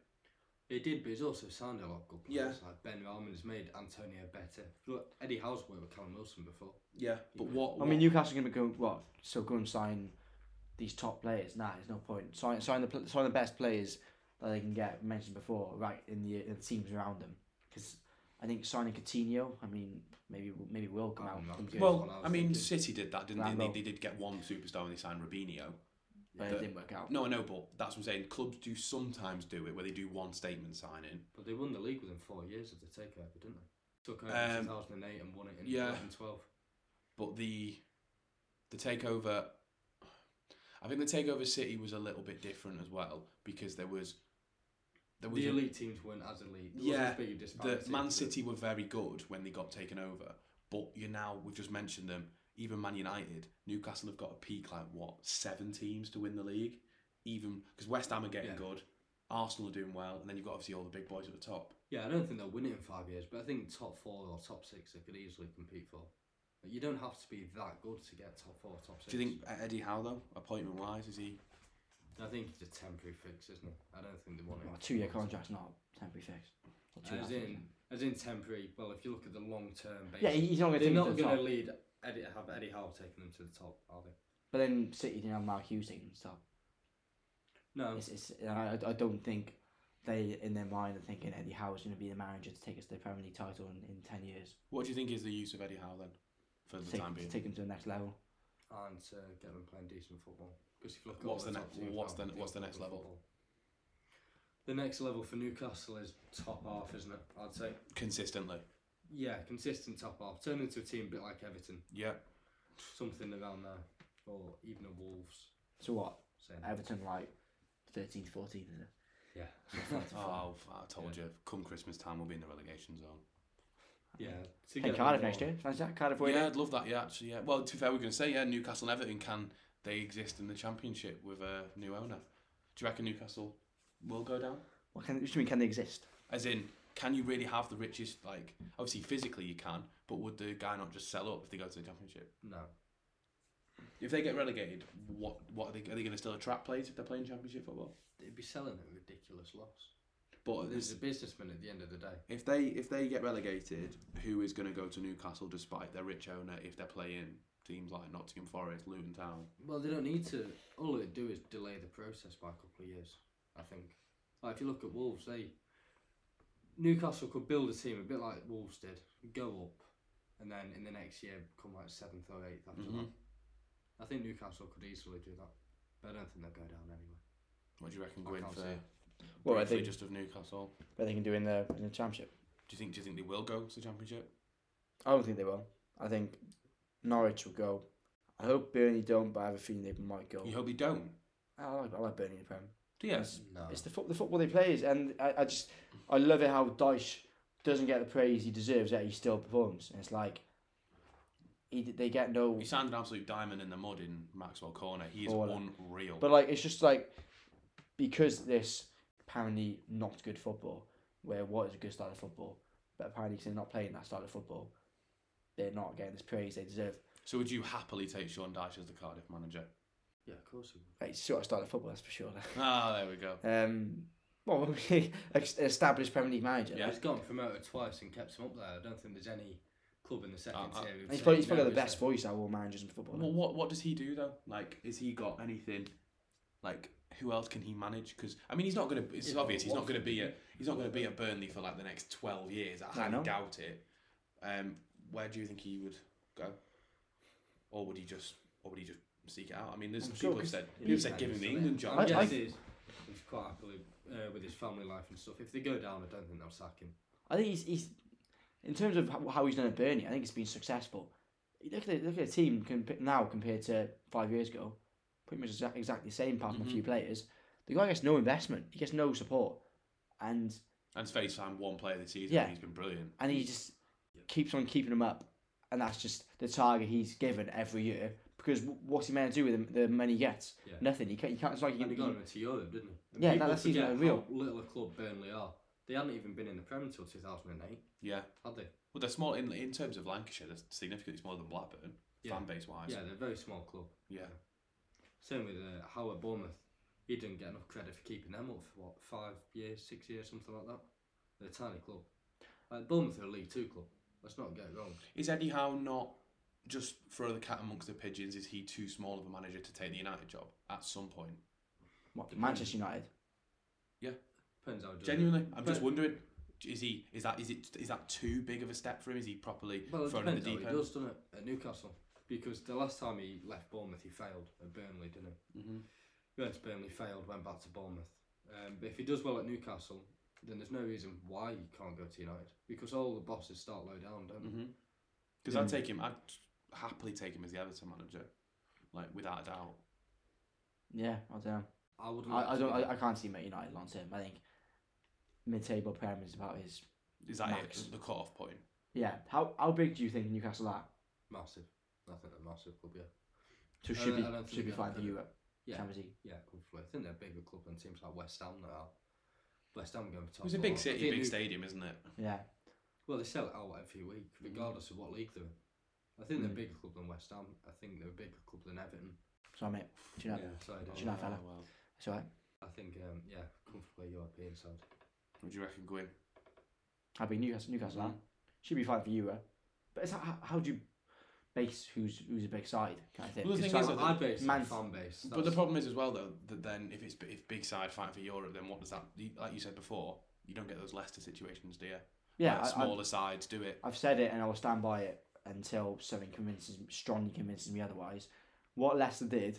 It did, but he's also signed a lot of good players. Like Ben Rahman has made Antonio better. Look, Eddie Howe's worked with Callum Wilson before.
Yeah, but what?
I mean, Newcastle are going to go what? So go and sign these top players. Nah, there's no point. Sign, sign the pl- sign the best players that they can get. Mentioned before, right? In the, in the teams around them, because I think signing Coutinho. I mean, maybe maybe will come out.
Well,
from
yeah.
Europe,
well,
what I was
I mean,
thinking.
City did that, didn't they?
Rambo.
they? They did get one superstar when they signed Robinho.
but
but-
it didn't work out.
No, I know, but that's what I'm saying. Clubs do sometimes do it where they do one statement signing.
But they won the league within four years of the takeover, didn't they? Took over
Um,
in 2008 and won it in
yeah.
2012.
But the the takeover, I think the takeover City was a little bit different as well because there was there was
The
a-
elite teams weren't as elite. There
Yeah,
wasn't as big a
the
disparity,
Man
but-
City were very good when they got taken over, but you now we've just mentioned them. Even Man United, Newcastle have got a peak like what seven teams to win the league. Even because West Ham are getting
Yeah.
good, Arsenal are doing well, and then you've got obviously all the big boys at the top.
Yeah, I don't think they'll win it in five years, but I think top four or top six they could easily compete for. But you don't have to be that good to get top four, top six.
Do you think E- Eddie Howe though, appointment wise, is he
I think it's a temporary fix, isn't it? I don't think they want it.
Well, a two year contract's not a temporary fix. Or two and a
As
half
in, as in temporary. Well, if you look at the long term
Yeah,
basis,
he- he's not going to
they're
take
not
them to the
going to
top.
lead Eddie, have Eddie Howe taking them to the top, are they?
But then City didn't have Mark Hughes taking them to the top.
No,
It's, it's, and I, I don't think they, in their mind, are thinking Eddie Howe is going to be the manager to take us to the Premier League title in, in 10 years.
What do you think is the use of Eddie Howe then, for the
to take,
time
to
being?
take them to the next level.
and uh, get them playing decent football. Because if you look at
What's
all
the
top
next-
teams
what's
now,
the-
they
what's the
don't
next
play
level?
football. The next level for Newcastle is top half, isn't it? I'd say.
Consistently.
Yeah, consistent top half. Turn into a team a bit like Everton,
Yeah.
something around there, or even a Wolves.
So what?
Say
Everton, like 13th, 14th, is it?
yeah,
Oh, I told you. Come Christmas time, we'll be in the relegation zone.
yeah. To
Hey,
get
Cardiff
them
next
on.
year. Fancy that? Cardiff away.
yeah, I'd love that. Yeah, actually, yeah. Well, to be fair, we're going to say yeah, Newcastle and Everton can they exist in the Championship with a new owner? Do you reckon Newcastle will go down?
What can, what do you mean, can they exist?
As in, can you really have the richest? Like, obviously, physically you can, but would the guy not just sell up if they go to the Championship?
No,
If they get relegated, what what are they are they going to still attract players if they're playing Championship football?
they'd be selling at a ridiculous loss.
But
There's
this,
a businessman at the end of the day.
if they if they get relegated, who is going to go to Newcastle despite their rich owner if they're playing teams like Nottingham Forest, Luton Town?
Well, they don't need to. All they do is delay the process by a couple of years. I think. Like if you look at Wolves, they Newcastle could build a team a bit like Wolves did, go up, and then in the next year come like seventh or eighth after that.
Mhm.
I think Newcastle could easily do that, but I don't think they'll go down anyway.
What do you reckon,
I
Gwyn,
can't
for
see it.
Well, I
briefly
think-
just of Newcastle?
But they can do in the, in the Championship.
Do you think? Do you think they will go to the championship?
I don't think they will. I think Norwich will go. I hope Burnley don't, but I have a feeling they might go.
You hope they don't.
I like I like Burnley in the Prem.
Yes.
No.
It's the, foot the football they play is, and I, I just I love it how Dyche doesn't get the praise he deserves, yet he still performs. And it's like he d- they get no.
He signed an absolute diamond in the mud in Maxwell Corner. He is
Oh, well,
unreal.
But like it's just like because this apparently not good football, where what is a good style of football, but apparently 'cause they're not playing that style of football, they're not getting this praise they deserve.
so would you happily take Sean Dyche as the Cardiff manager?
yeah, of course. It would.
Like, it's the sort of style of football, that's for sure.
Ah, there we go.
Um, well, ex- established Premier League manager.
Yeah.
He's gone promoted twice and kept him up there. I don't think there's any club in the second
Uh, uh,
tier. who'd
And he's
say
probably, he's
no,
probably
is
the best
there?
voice out of all managers in football.
Well, what what does he do though? Like, has he got anything? Like, who else can he manage? Because I mean, he's not gonna. It's
He's
obvious he's not
Watford.
gonna be a he's not gonna be at Burnley for like the next twelve years. I
I
highly
know.
doubt it. Um, where do you think he would go? Or would he just? Or would he just seek it out? I mean, there's
I'm sure,
people have
'cause
said
It
people have
is
said
nice,
give him the
isn't it?
England job.
I'm
I-
guessing
I-
he's, he's quite happily uh, with his family life and stuff. If they go down, I don't think they'll sack him.
I think he's, he's in terms of how how he's done at Burnley. I think it's been successful. You Look at the, look at the team comp- now compared to five years ago. Pretty much exact, exactly the same, apart from
Mm-hmm.
a few players. The guy gets no investment. He gets no support, and
And Space signed one player this season.
Yeah.
and He's been brilliant.
and he just keeps on keeping him up, and that's just the target he's given every year. Because w- what's he meant to do with the, the money he gets?
Yeah.
Nothing. He can't. You can't. It's like you
And he
can,
got him into Europe, didn't he? And
Yeah,
people
that- that season
forget
was real.
how Little a club Burnley are. They hadn't even been in the Prem until 2008,
Yeah.
had they?
Well, they're small in in terms of Lancashire. They're significantly smaller than Blackburn,
Yeah.
fan base wise.
Yeah, they're a very small club.
yeah.
Same with uh, Howard Bournemouth. He didn't get enough credit for keeping them up for what five years, six years, something like that. They're a tiny club. Like Bournemouth are a League Two club. Let's not get it wrong.
Is Eddie Howe not just throw the cat amongst the pigeons? Is he too small of a manager to take the United job at some point?
what,
Depends.
Manchester United.
Depends how. he does it.
Genuinely, I'm just
But-
wondering. Is he is that is it is that too big of a step for him? Is he properly
Well, it
thrown in the
depends how
deep
he
end?
does, doesn't it? At Newcastle, because the last time he left Bournemouth, he failed at Burnley, didn't he?
Mm-hmm.
He went to Burnley, failed, went back to Bournemouth. Um, but if he does well at Newcastle, then there's no reason why he can't go to United because all the bosses start low down, don't they?
Because I'd take him. I'd happily take him as the Everton manager, like without a doubt.
Yeah, I don't know.
Mm.
I wouldn't. like
I, I
to
don't.
be
I, I can't see him at United long term. I think mid-table Prem is about his.
Is that
Max.
it? The cut off point.
Yeah. How how big do you think Newcastle are?
massive. I think they're a massive club, yeah.
So
I
should
don't-
be
Uh, I don't think
should be
they're
fine for
gonna-
Europe.
Yeah.
Champions League.
Yeah, comfortably. I think they're a bigger club than teams like West Ham now. West Ham going for top.
It was a
four.
big
I
city,
think
big
New-
stadium, isn't it?
Yeah.
Well, they sell it out every week,
Mm-hmm.
regardless of what league they're in. I think they're
Mm.
a bigger club than West Ham. I think they're a bigger club than Everton.
So mate, do you know? uh,
So I,
Do you know, fella?
well.
It's alright.
I think, um, yeah, comfortably European side.
What do you reckon, Gwyn?
I mean, Newcastle, Newcastle
Mm-hmm.
are. Should be fine for Euro. But it's how, how do you base who's who's a big side kind of thing?
Well, the
It's
thing is
like-
that
I'd base
Man-
Man fan base.
But the
that's-
problem is as well though that then if it's if big side fight for Europe, then what does that you- like you said before? You don't get those Leicester situations, do you?
yeah,
Like,
I, I,
smaller sides do it.
I've said it and I will stand by it until something convinces, strongly convinces me otherwise. What Leicester did,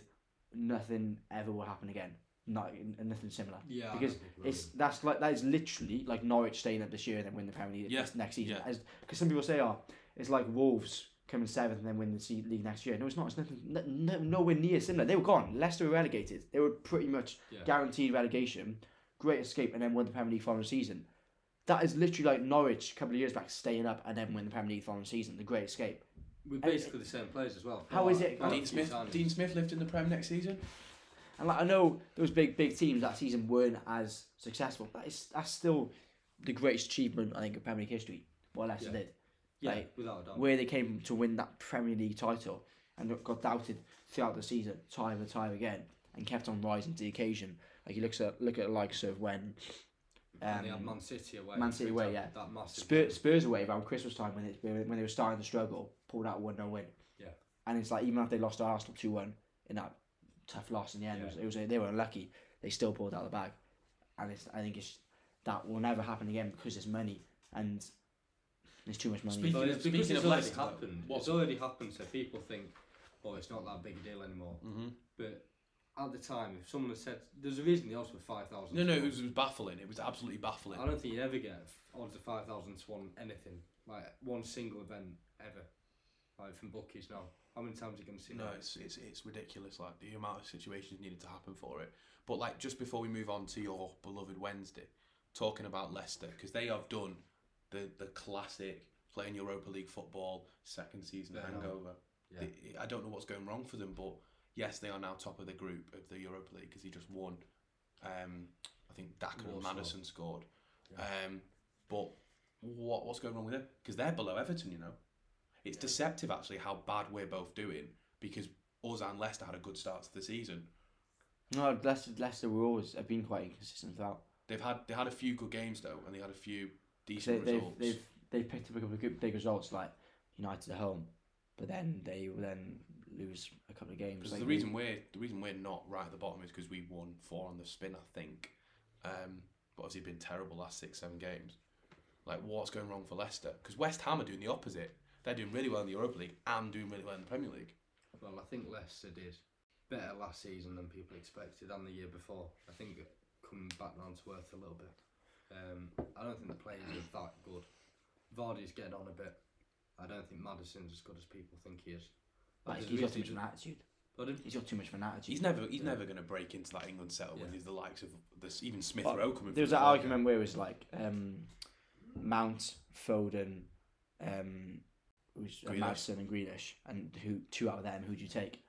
nothing ever will happen again. Not nothing similar.
yeah, I
because
don't think we're
It's
in.
that's like that is literally like Norwich staying up this year and then win the Premier League
Yeah,
next- next season.
yeah.
Because some people say, "Oh, it's like Wolves coming seventh and then win the se- league next year." No, it's not. It's nothing. No, no- nowhere near similar. They were gone. Leicester were relegated. They were pretty much
Yeah.
guaranteed relegation. Great escape and then won the Premier League following season. That is literally like Norwich a couple of years back staying up and then win the Premier League following season. The Great Escape.
We're basically the same players as well.
How is it-
Quite a
Dean
few
Smith,
signings.
Dean Smith lived in the Prem next season.
And like I know those big big teams that season weren't as successful. That is that's still the greatest achievement I think of Premier League history. What Leicester
Yeah.
did.
Yeah,
like,
without a doubt.
where they came from to win that Premier League title and got doubted throughout the season, time and time again, and kept on rising to the occasion. Like you look at look at the likes of when
and they had
um,
Man City away.
Man City
for
away,
example, That massive.
Spur, Spurs away around Christmas time when they when they were starting to struggle, pulled out one 0 win.
Yeah.
and it's like even after they lost to Arsenal two one in that tough loss in the end,
Yeah.
it was, it was they were unlucky. They still pulled out the bag, and it's I think it's that will never happen again because there's money and there's too much money.
Speaking-
But it's
Speaking
because
of
it's already
Leicester, though,
happened.
what-
It's already happened, so people think, oh, it's not that big a deal anymore.
Mm-hmm.
But at the time, if someone had said, there's a reason the odds were 5,000.
No,
to
no, it
one.
was, it was baffling. It was absolutely baffling.
I don't think you'd ever get odds of 5,000 to one anything, like one single event ever, like from bookies now. How many times are you going to see
No,
that?
it's, it's it's ridiculous. Like the amount of situations needed to happen for it. But like just before we move on to your beloved Wednesday, talking about Leicester because they have done the the classic playing Europa League football second season
They're not.
hangover.
Yeah.
They- I don't know what's going wrong for them, but yes, they are now top of the group of the Europa League because he just won. Um, I think Daka and
Warsaw.
Madison scored. Um, but what what's going wrong with them? Because they're below Everton, you know. It's deceptive actually how bad we're both doing because us and Leicester had a good start to the season.
No, Leicester Leicester were always have been quite inconsistent throughout.
They've had they had a few good games though, and they had a few
they,
decent
they've,
results.
they've they've picked up a couple of good, big results like United at home, but then they will then lose a couple of games.
Because
Like
the reason we're the reason we're not right at the bottom is because we won four on the spin, I think. Um, but obviously been terrible last six seven games. Like what's going wrong for Leicester? Because West Ham are doing the opposite. They're doing really well in the Europa League and doing really well in the Premier League.
Well, I think Leicester did better last season than people expected and the year before. I think coming back down to earth a little bit. Um, I don't think the players are that good. Vardy's getting on a bit. I don't think Madison's as good as people think he is.
like,
there's
he's got too much
really-
of an attitude.
Pardon?
He's got too much of an attitude.
He's never he's
Yeah.
never going to break into that England setup when
Yeah.
there's the likes of this even Smith
But
Rowe coming.
there was
through
that
as well.
argument where it was like um, Mount, Foden, um, it was uh,
Grealish.
Madison and Greenish, and who two out of them who do you take?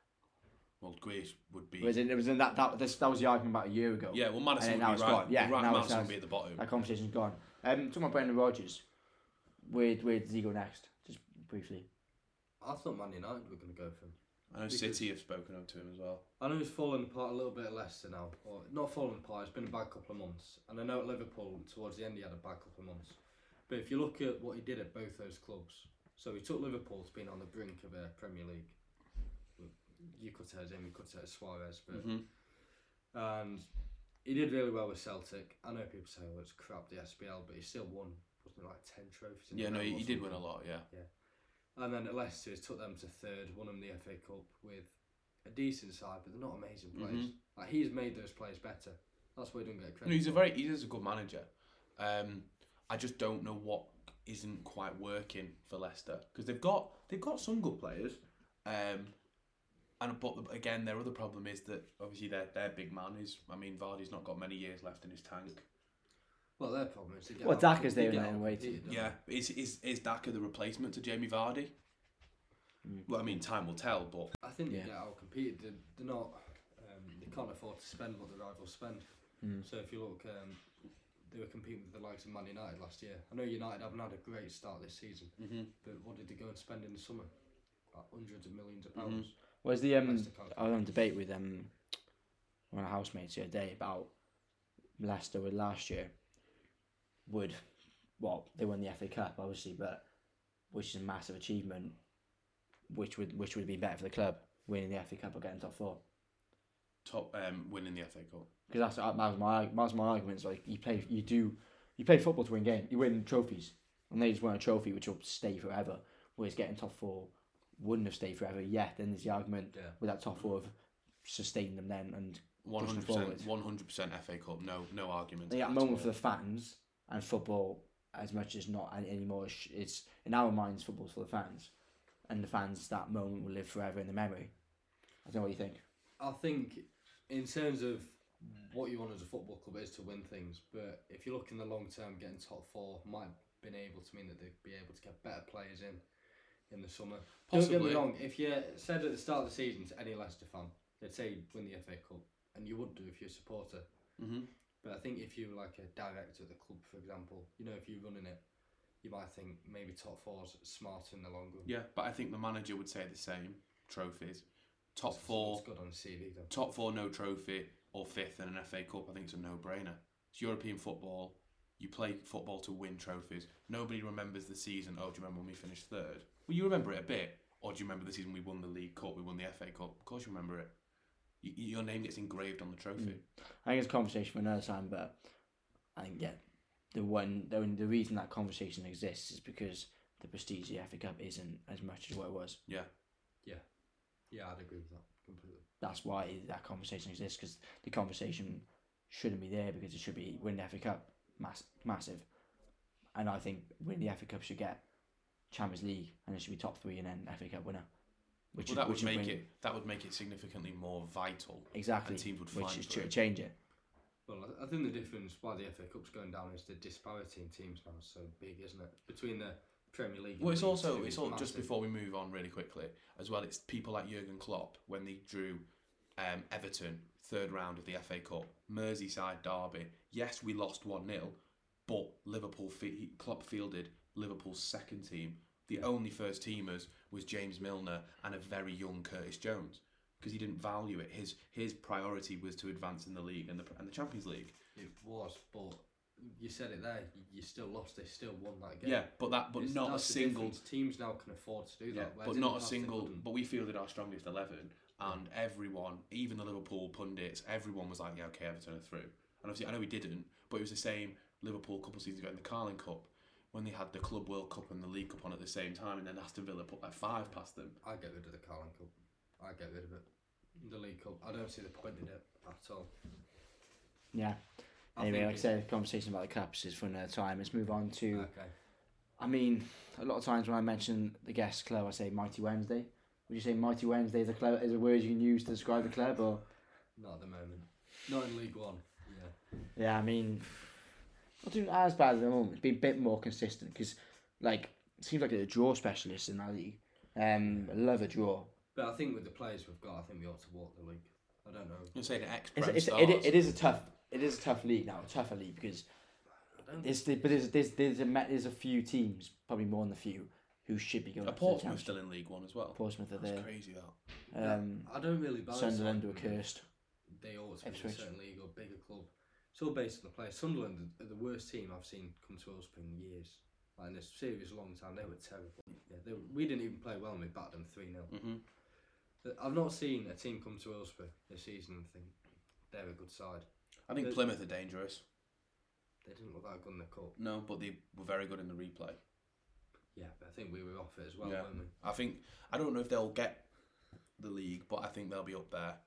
Well, Grealish would be.
Whereas it, it was in that that this, that was the argument about a year ago.
Yeah, well, Madison
And
would
now
be
it's
right.
gone. Yeah,
right
now it's-
Madison would be at the bottom.
That conversation's gone. Um, talking about Brendan Rodgers, where where does he go next? Just briefly.
I thought Man United were going to go for him.
I know City have spoken up to him as well.
I know he's fallen apart a little bit at Leicester now, or not fallen apart. It's been a bad couple of months, and I know at Liverpool towards the end he had a bad couple of months. But if you look at what he did at both those clubs, so he took Liverpool to being on the brink of a Premier League. You could say it's him, you could say it's Suarez, but
Mm-hmm.
Mhm. Mm-hmm.
and he did really well with Celtic. I know people say, "Oh, it's crap the SBL," but he still won, wasn't it, like ten trophies? in a
Yeah, no,
row
he, he
or
did
something?
win a lot. Yeah,
And then at Leicester, he's took them to third, won them the FA Cup with a decent side, but they're not amazing
Mm-hmm.
players. Like he's made those players better. That's why he didn't get credit.
no, he's a
for.
very he is a good manager. Um, I just don't know what isn't quite working for Leicester because they've got they've got some good players. Um, and but again, their other problem is that obviously their their big man is. I mean, Vardy's not got many years left in his tank.
well. Their problem is they get
Well,
out-
Daka's
they
there
get
in there
out
waiting.
competed, don't
Yeah, is is is Daka the replacement to Jamie Vardy?
Mm.
Well, I mean, time will tell, but
they? I think
Yeah.
they get out competed. They're, they're not. Um, they can't afford to spend what the rivals spend.
Mm.
So if you look, um, they were competing with the likes of Man United last year. I know United haven't had a great start this season,
Mm-hmm.
but what did they go and spend in the summer? Like hundreds of millions of pounds.
Where's the um?
Leicester can't
I was on a debate with um, one of my housemates the other day about Leicester with last year. Would well, they won the FA Cup, obviously, but which is a massive achievement, which would which would be better for the club winning the FA Cup or getting top four.
Top um, winning the FA Cup.
Because that's that was my that was my argument. It's like you play you do you play football to win game. You win trophies, and they just won a trophy which will stay forever. Whereas getting top four wouldn't have stayed forever. Yeah, then there's the argument
Yeah.
with that top four of sustaining them then and
One
Pushing
hundred percent.
forward.
One hundred percent FA Cup. No, no argument.
Yeah,
at
moment for
all.
the fans and football as much as not an- anymore. is- It's in our minds, football's for the fans, and the fans that moment will live forever in the memory. I don't know what you think.
I think in terms of what you want as a football club is to win things, but if you look in the long term, getting top four might have been able to mean that they'd be able to get better players in in the summer. Don't get
Possibly.
me wrong. If you said at the start of the season to any Leicester fan, they'd say win the FA Cup, and you would do if you're a supporter.
Mhm.
But I think if you were like a director of the club, for example, you know if you're running it, you might think maybe top four's smarter in the long run.
Yeah, but I think the manager would say the same. Trophies, top
It's-
four,
It's good on the CV though.
top four, no trophy, or fifth in an FA Cup. I think it's a no-brainer. It's European football. You play football to win trophies. Nobody remembers the season. Oh, do you remember when we finished third? Well, you remember it a bit. Or do you remember the season we won the League Cup? We won the FA Cup. Of course, you remember it. Y- y- your name gets engraved on the trophy.
Mm. I think it's a conversation for another time, but I think yeah, the one the, the reason that conversation exists is because the prestige of the FA Cup isn't as much as what it was.
Yeah.
Yeah, I'd agree with that completely.
That's why that conversation exists because the conversation shouldn't be there because it should be win the FA Cup, mass, massive, and I think win the FA Cup should get Champions League and it should be top three and then FA Cup winner, which
Well,
is-
that would
which is
make
win-
it that would make it significantly more vital.
exactly
and teams would
which
find
is
for
to
it.
change it.
Well, I- I think the difference why the FA Cup's going down is the disparity in teams now is so big, isn't it? Between the Premier League. and
Well, it's
League
also
Two
it's
is
all just
massive.
before we move on really quickly as well. It's people like Jurgen Klopp when they drew um, Everton third round of the FA Cup, Merseyside derby. Yes, we lost one 0 but Liverpool fe- Klopp fielded Liverpool's second team. The only first teamers was James Milner and a very young Curtis Jones because he didn't value it. His his priority was to advance in the league and the and the Champions League.
It was, but you said it there. you- You still lost. They still won that game.
Yeah, but that but
It's-
not a
that's the
single
difference. Teams now can afford to do
Yeah,
that. whereas
but
in the
not a
past they
single.
couldn't.
But we fielded our strongest eleven, and everyone, even the Liverpool pundits, everyone was like, "Yeah, okay, Everton are through." And obviously, I know we didn't, but it was the same Liverpool a couple of seasons ago in the Carling Cup when they had the Club World Cup and the League Cup on at the same time, and then Aston Villa put like five past them.
I get rid of the Carling Cup. I get rid of it. The League Cup. I don't see the point in it at all.
Yeah.
I
anyway,
think
like I
it-
said, the conversation about the cups is for another time. Let's move on to.
Okay.
I mean, a lot of times when I mention the guest club, I say Mighty Wednesday. Would you say Mighty Wednesday is a club is a word you can use to describe the club or?
Not at the moment. Not in League One. Yeah.
Yeah, I mean, not doing as bad at the moment. Be a bit more consistent because, like, it seems like they're a draw specialist in that league. Um, I love a draw.
But I think with the players we've got, I think we ought to walk the league. I don't know.
You say the ex
It's,
Prem
it's,
stars.
it, it is a tough it is a tough league now, a tougher league because
I don't
there's the, but there's there's there's a ma- there's a few teams probably more than a few who should be going.
Are
up to the
Portsmouth
championship.
still in League One as well?
Portsmouth are
That's
there.
crazy. That
Um,
I don't really balance.
Sunderland
it.
were cursed.
They ought to be in a
Ipswich.
certain league or bigger club. It's all based on the players. Sunderland are the worst team I've seen come to Ulster in years. Like in a serious long time, they were terrible. Yeah, they were- we didn't even play well. and We battered them three 0
hmm
I've not seen a team come to Ulster this season and think they're a good side.
I think
The-
Plymouth are dangerous.
They didn't look that good in the cup.
No, but they were very good in the replay.
Yeah, but I think we were off it as well,
Yeah.
weren't we?
I think I don't know if they'll get the league, but I think they'll be up there.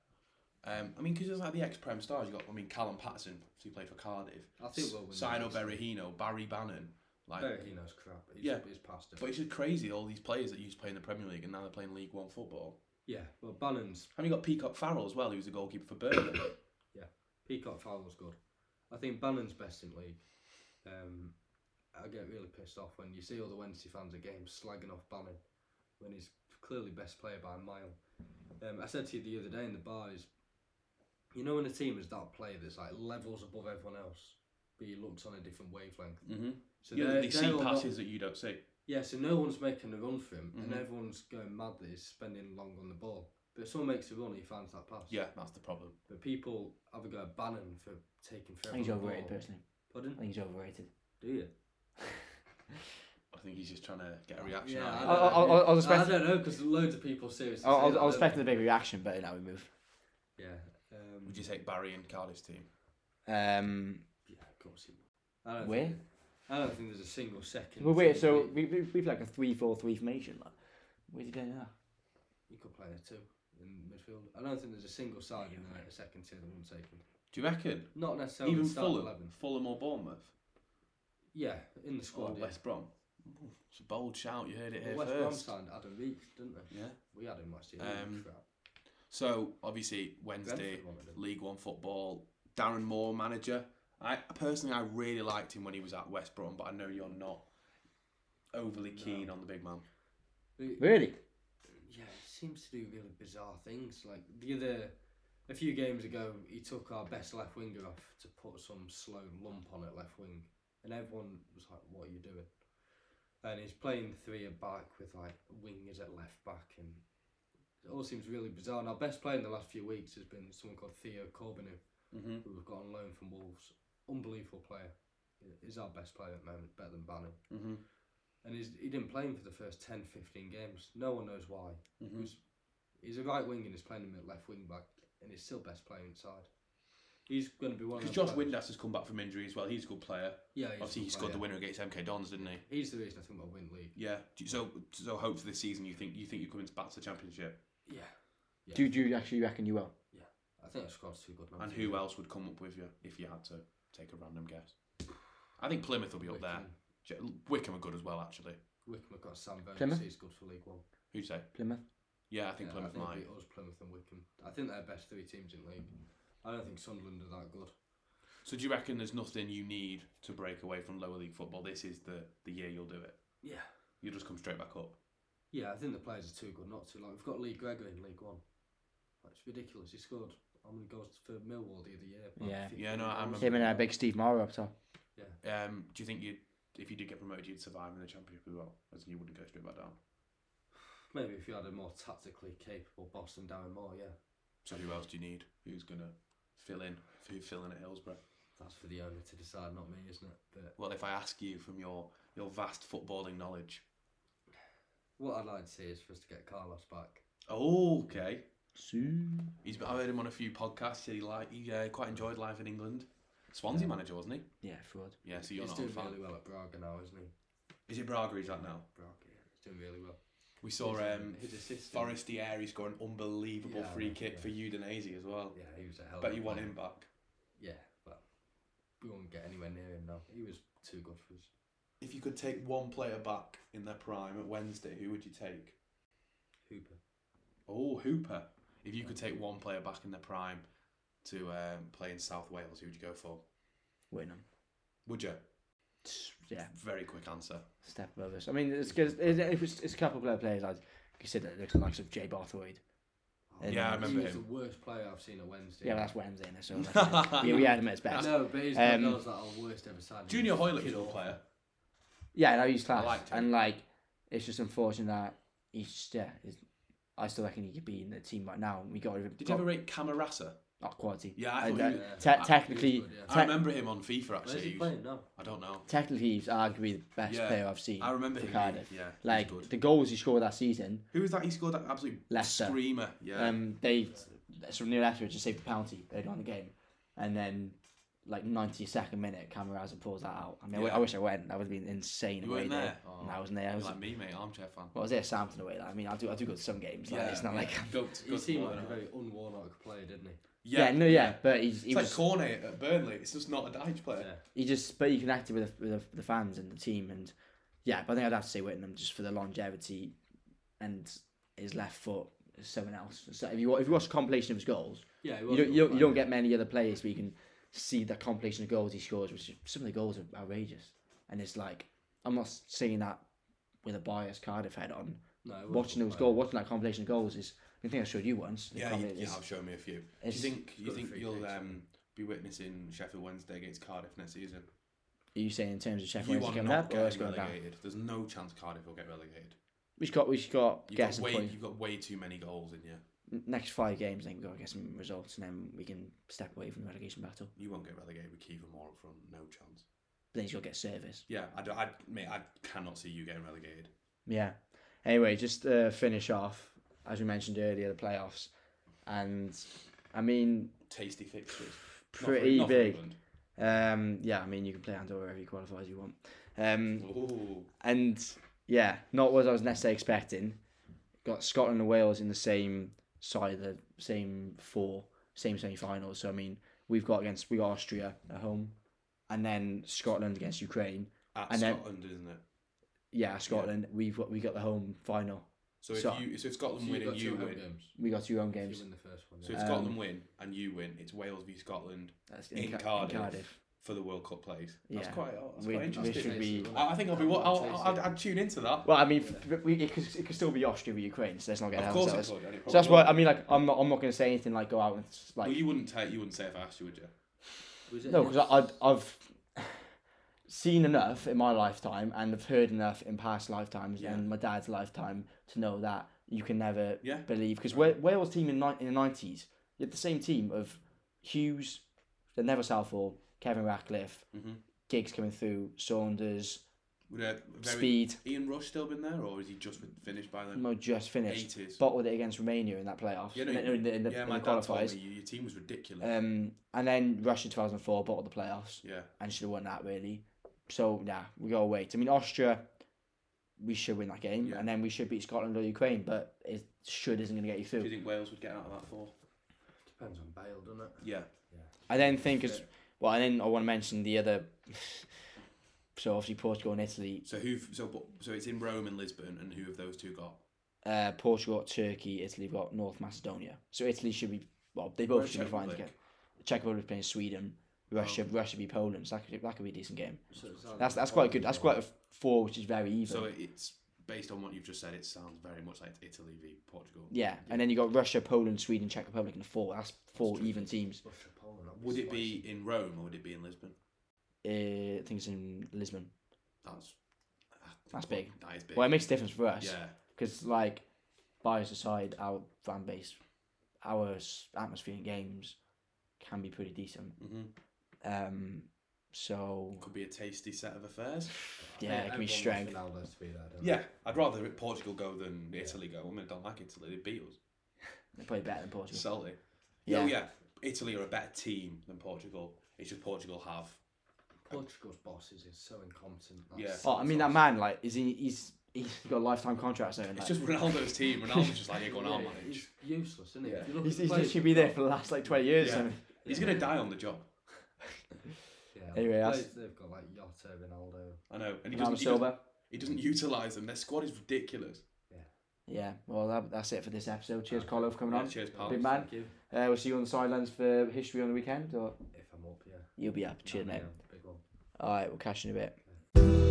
Um, I mean, because it's like the ex-prem stars. You got, I mean, Callum Patterson, who played for Cardiff.
I think we'll win.
Sino
the league.
Berahino, Barry Bannon, like.
Berahino's crap. He's,
Yeah.
he's past it.
But it's just crazy all these players that used to play in the Premier League and now they're playing League One football.
yeah, well, Bannon's
And you got Peacock Farrell as well, who's a goalkeeper for Burnley.
Peacock Fowler's good. I think Bannon's best in league. Um, I get really pissed off when you see all the Wednesday fans at games slagging off Bannon when he's clearly best player by a mile. Um, I said to you the other day in the bar is, you know when a team is that player that's like levels above everyone else, but he looks on a different wavelength.
mm-hmm.
So
yeah,
they're-
they
they're
see
all
passes
not-
that you don't see.
yeah, so no one's making a run for him, and
Mhm.
everyone's going mad that he's spending long on the ball. But if someone makes a run, he finds that pass.
Yeah, that's the problem.
But people have a go at Bannon for taking
I
forever.
think he's
on the
overrated
ball.
personally.
Pardon?
I think he's overrated.
Do you?
I think he's just trying to get a reaction
Yeah,
out
I
of
I,
it.
don't know.
I, I, I was
I
expecting,
don't know because loads of people seriously.
I, I,
say
was-
that,
I was
don't
expecting a big reaction, but now we move.
they? Yeah. Um,
Would you take Barry and Cardiff's team?
Um,
Yeah, of course you would. I don't
Where?
Think, I don't think there's a single second.
well, wait,
team
so
where
we, we, we've like a 3 4 3 formation. Like, where's he going now?
you could play a two in midfield. I don't think there's a single side in the second tier that wouldn't take him.
Do you reckon?
Not necessarily
Even
start
Fulham,
eleven.
Fulham or Bournemouth
Yeah, in the
or
squad. yeah.
Oh, West Brom? Ooh, It's a bold shout. You heard it
Well,
here
West Brom
first.
signed Adam Reed, didn't they?
yeah.
We had him last year.
Um,
Um, crap.
So obviously Wednesday,
Brentford wanted him.
League One football. Darren Moore, manager. I personally, I really liked him when he was at West Brom, but I know you're not overly keen on the big man.
He-
Really?
yeah, he seems to do really bizarre things. Like the other, a few games ago, he took our best left winger off to put some slow lump on at left wing, and everyone was like, "What are you doing?" And he's playing three at back with like wingers at left back, and it all seems really bizarre. And our best player in the last few weeks has been someone called Theo Corbinu,
Mm-hmm.
who we've got on loan from Wolves. Unbelievable player. He's our best player at the moment, better than Bannon.
Mm-hmm.
And he's, he didn't play him for the first 10, 15 games. No one knows why.
Mm-hmm.
He's, he's a right wing and he's playing him at left wing back, and he's still best player inside. He's going to be one.
Because
of
Josh
those players-
Windass has come back from injury as well. He's a good player.
Yeah, he's
Obviously, he
a good
scored the
player.
winner against MK Dons, didn't he?
He's the reason I think we'll win league.
Yeah. Do you- So, so hope for this season. You think you think you're coming back to the championship,
Yeah, Yeah.
Do, do you actually reckon you will?
I think our squad's too good now.
and who else would come up with you if you had to take a random guess? I think Plymouth will be up there.
Wickham.
Je- Wickham are good as well, actually.
Wickham have got Sam Burns.
Plymouth?
He's good for League One.
Who say?
Plymouth?
Yeah, I think
Yeah,
Plymouth
I
might.
think it'd be us, Plymouth and Wickham. I think they're best three teams in league. I don't think Sunderland are that good.
So do you reckon there's nothing you need to break away from lower league football? This is the the year you'll do it.
Yeah.
You'll just come straight back up.
Yeah, I think the players are too good not to. Like we've got Lee Gregor in League One. Like, it's ridiculous. He scored how many goals for Millwall the other year? About
Yeah.
15
Yeah, no, I
goals.
remember
Him and uh, big Steve Morrow up top.
Um, do you think you, if you did get promoted, you'd survive in the championship as well, as you wouldn't go straight back down?
Maybe if you had a more tactically capable boss than Darren Moore, yeah.
So who else do you need? Who's gonna fill in? Who's filling at Hillsborough?
That's for the owner to decide, not me, isn't it? But
Well, if I ask you from your your vast footballing knowledge.
what I'd like to see is for us to get Carlos back.
Oh, okay.
Soon.
He's I heard him on a few podcasts. He like he uh, quite enjoyed life in England. Swansea manager wasn't he?
Yeah, fraud.
Yeah. So you're
he's
not a
doing
fan.
really well at Braga now, isn't he?
Is it Braga he's at now?
Braga, yeah. He's doing really well.
We saw
His-
um,
his assistant.
Forestieri score an unbelievable
Yeah,
free
yeah.
kick for Udinese as well.
Yeah, he was a hell of
Bet
a
you want
player.
him back.
Yeah, but we won't get anywhere near him now. He was too good for us.
If you could take one player back in their prime at Wednesday, who would you take?
Hooper.
Oh, Hooper. If you could take one player back in their prime to um, play in South Wales, who would you go for?
Win them.
Would you?
Yeah,
Very quick answer.
step above us. I mean, it's because it was it's a couple of players I'd consider that looks like sort of Jay Barthwaite. And-
Yeah, I remember
he was
him.
the worst player I've seen at Wednesday.
Yeah, well, that's Wednesday, innit, so that's it. yeah, we had him at his best.
No, but he's one
Um,
of those that are worst ever signed.
Junior
He's
Hoylett
kid
is a good
awful.
player.
Yeah, no, he's
I
class,
liked him.
and like it's just unfortunate that he's just, yeah. He's, I still reckon he could be in the team right now. We got rid of
Did you ever rate Camarasa?
not quality.
Yeah, I
And,
thought he
uh,
was-
te-
I-
technically,
he was good, yeah.
I
te-
remember him on FIFA actually.
Where's he
He's-
playing now?
I don't know.
technically, he's arguably the best
Yeah,
player I've seen.
I remember
for
him.
Cardiff.
Yeah, he was good.
Like the goals he scored that season,
Who was that? He scored that absolute
Leicester.
screamer. Yeah.
um, they so Neil Etheridge just saved the penalty. They'd won the game, and then like ninety second minute, Camerazza pulls that out. I mean, I w-
Yeah.
I wish I went. That would have been insane.
You
away
weren't
day.
there? Oh.
No, I wasn't there. I
You're
was,
like me, mate, armchair fan.
what was there? Southampton away. Like, I mean, I do I do go to some games. Like, it's not like
go,
He seemed like a very un-Warnock player, didn't he?
yeah, no, yeah, but he's, he
It's
was
like Corne at Burnley. It's just not a Dyche player.
Yeah.
he just but he connected with the, with the, the fans and the team and yeah. But I think I'd have to say Whittingham just for the longevity and his left foot. is Someone else. So if you wa- if you watch a compilation of his goals,
Yeah, he
you
was
don't,
a good
you, don't, you
player.
don't get many other players where you can see the compilation of goals he scores, which is, some of the goals are outrageous. And it's like, I'm not saying that with a bias Cardiff head on.
No, he was a
Watching
good
those
player.
goals, watching that compilation of goals is, I think I showed you once. the
Yeah, you,
compilation
you
is-
have shown me a few. Do you
it's-
think you
got a
think
free
you'll
kick,
um, be witnessing Sheffield Wednesday against Cardiff next season?
Are you saying in terms of Sheffield
You
Wednesday
are
coming
not
up or us
getting
going down?
relegated. There's no chance Cardiff will get relegated.
We've got, we've got,
You've
get
got,
some
way,
point.
you've got way too many goals in you.
Next five games, I think we've got to get some results and then we can step away from the relegation battle.
You won't get relegated with Kievan Moore up front. No chance.
But then he's got to get service.
Yeah, I, do, I, mate, I cannot see you getting relegated.
Yeah. Anyway, just uh, finish off as we mentioned earlier, the playoffs, and I mean
Tasty fixtures. Not for-
pretty
not for
big.
England.
Um, yeah, I mean you can play Andorra wherever you qualify as you want. Um,
Ooh.
and yeah, not what I was necessarily expecting. Got Scotland and Wales in the same side of the same four, same semi finals. So I mean, we've got against we got Austria at home, and then Scotland against Ukraine.
At
And then-
Scotland, isn't it?
Yeah, Scotland. We've got we got the home final.
So if
So-
you so if
So
Scotland
you've
win
got
and you
two home
win,
games.
We got two home
If
games.
you win the first one.
so
Yeah.
if
Um,
Scotland win and you win, it's Wales v Scotland
That's
in
Ca-
Cardiff.
Cardiff.
for the World Cup place.
Yeah.
That's quite oh, that's
We-
quite
we
That's
interesting.
should
tasty,
be-
isn't it?
I I think I'll be. wa- I'll,
Tasty.
I'll, I'd, I'd tune into that.
Well, I mean, f- we, it, could, it could still be Austria or Ukraine, so let's not get ahead
of
of
course, it
ourselves.
could, and it
So that's
probably
why I mean, like, I'm not, I'm not going to say anything like go out and s-
will.
like
well, you wouldn't take. You wouldn't say if I asked you, would you?
Was it
No,
next-
because I've seen enough in my lifetime and I've heard enough in past lifetimes
Yeah.
and my dad's lifetime to know that you can never
Yeah.
believe. Because
Right.
Wales team in, ni- in the nineties, you had the same team of Hughes, the Neville Southall, Kevin Ratcliffe,
Mhm.
Giggs coming through, Saunders,
Would uh, very,
Speed.
Ian Rush still been there, or is he just finished by then?
No, just finished.
Eighties.
Bottled it against Romania in that playoffs.
Yeah, no,
in the, in the, in the,
yeah,
in
my
the
dad
qualifiers.
told me you, your team was ridiculous.
Um, and then Russia 2004 bottled the playoffs.
yeah,
and should have won that really. So yeah, we gotta wait. I mean Austria, we should win that game,
Yeah.
and then we should beat Scotland or Ukraine. But it should isn't gonna get you
do you
through.
think Wales would get out of that four?
Depends on Bale, doesn't it?
Yeah,
I then think as well. And then I want to mention the other. so obviously Portugal and Italy.
So who? So but- so it's in Rome and Lisbon, and who have those two got?
Uh, Portugal got Turkey. Italy got North Macedonia. So Italy should be well. They both
Where's
should be
Czech
fine to
Republic?
get. Czech Republic playing Sweden. Russia,
Oh.
Russia be Poland. So that could, that could be a decent game.
So it's either
That's that's quite good.
Poland
That's
or-
quite a four, which is very even.
So it's based on what you've just said. It sounds very much like Italy v Portugal.
Yeah, and then you got Russia, Poland, Sweden, Czech Republic, and four. That's four
tricky.
even teams.
Russia, Poland, that'd
Would it
spicy.
be in Rome or would it be in Lisbon?
Uh, I think it's in Lisbon.
That's
That's big.
That is big.
Well, it makes a difference for us
yeah,
because, like, bias aside, our fan base, our s- atmosphere in games can be pretty decent.
hmm
Um, so
could be a tasty set of affairs.
yeah, it can be
Everyone wants
strength.
Ronaldo to be there, don't they?
Yeah, I'd rather Portugal go than Italy go. I mean, I don't like Italy. They beat us.
They're probably better than Portugal.
Salty.
yeah,
Oh yeah, Italy are a better team than Portugal. It's just Portugal have.
Portugal's bosses is so incompetent.
Yeah.
that's-
Oh, I mean that man, like, is he? He's he's got a lifetime contract. So
It's
like,
just Ronaldo's team. Ronaldo's just like, yeah, go on, I'll
Yeah,
manage.
He's useless, isn't he?
Yeah.
If you look
he's,
at
he's
the players
literally
we've
been there
got-
for the last like twenty years.
Yeah.
so-
He's gonna die on the job.
Yeah,
Anyway,
the
that's-
players they've got like Yotta, Ronaldo.
I know, and he doesn't. He
Bernardo
doesn't,
Silva.
he doesn't utilize them. Their squad is ridiculous.
Yeah. Well, that, that's it for this episode. Cheers, Carlo, for coming
Yeah,
on.
cheers, pal.
Big man.
Thank you.
Uh, we'll see you on the sidelines for history on the weekend. Or
If I'm up, yeah.
you'll be up. Cheers,
Yeah,
mate.
Big one.
All right, we'll catch you in a bit.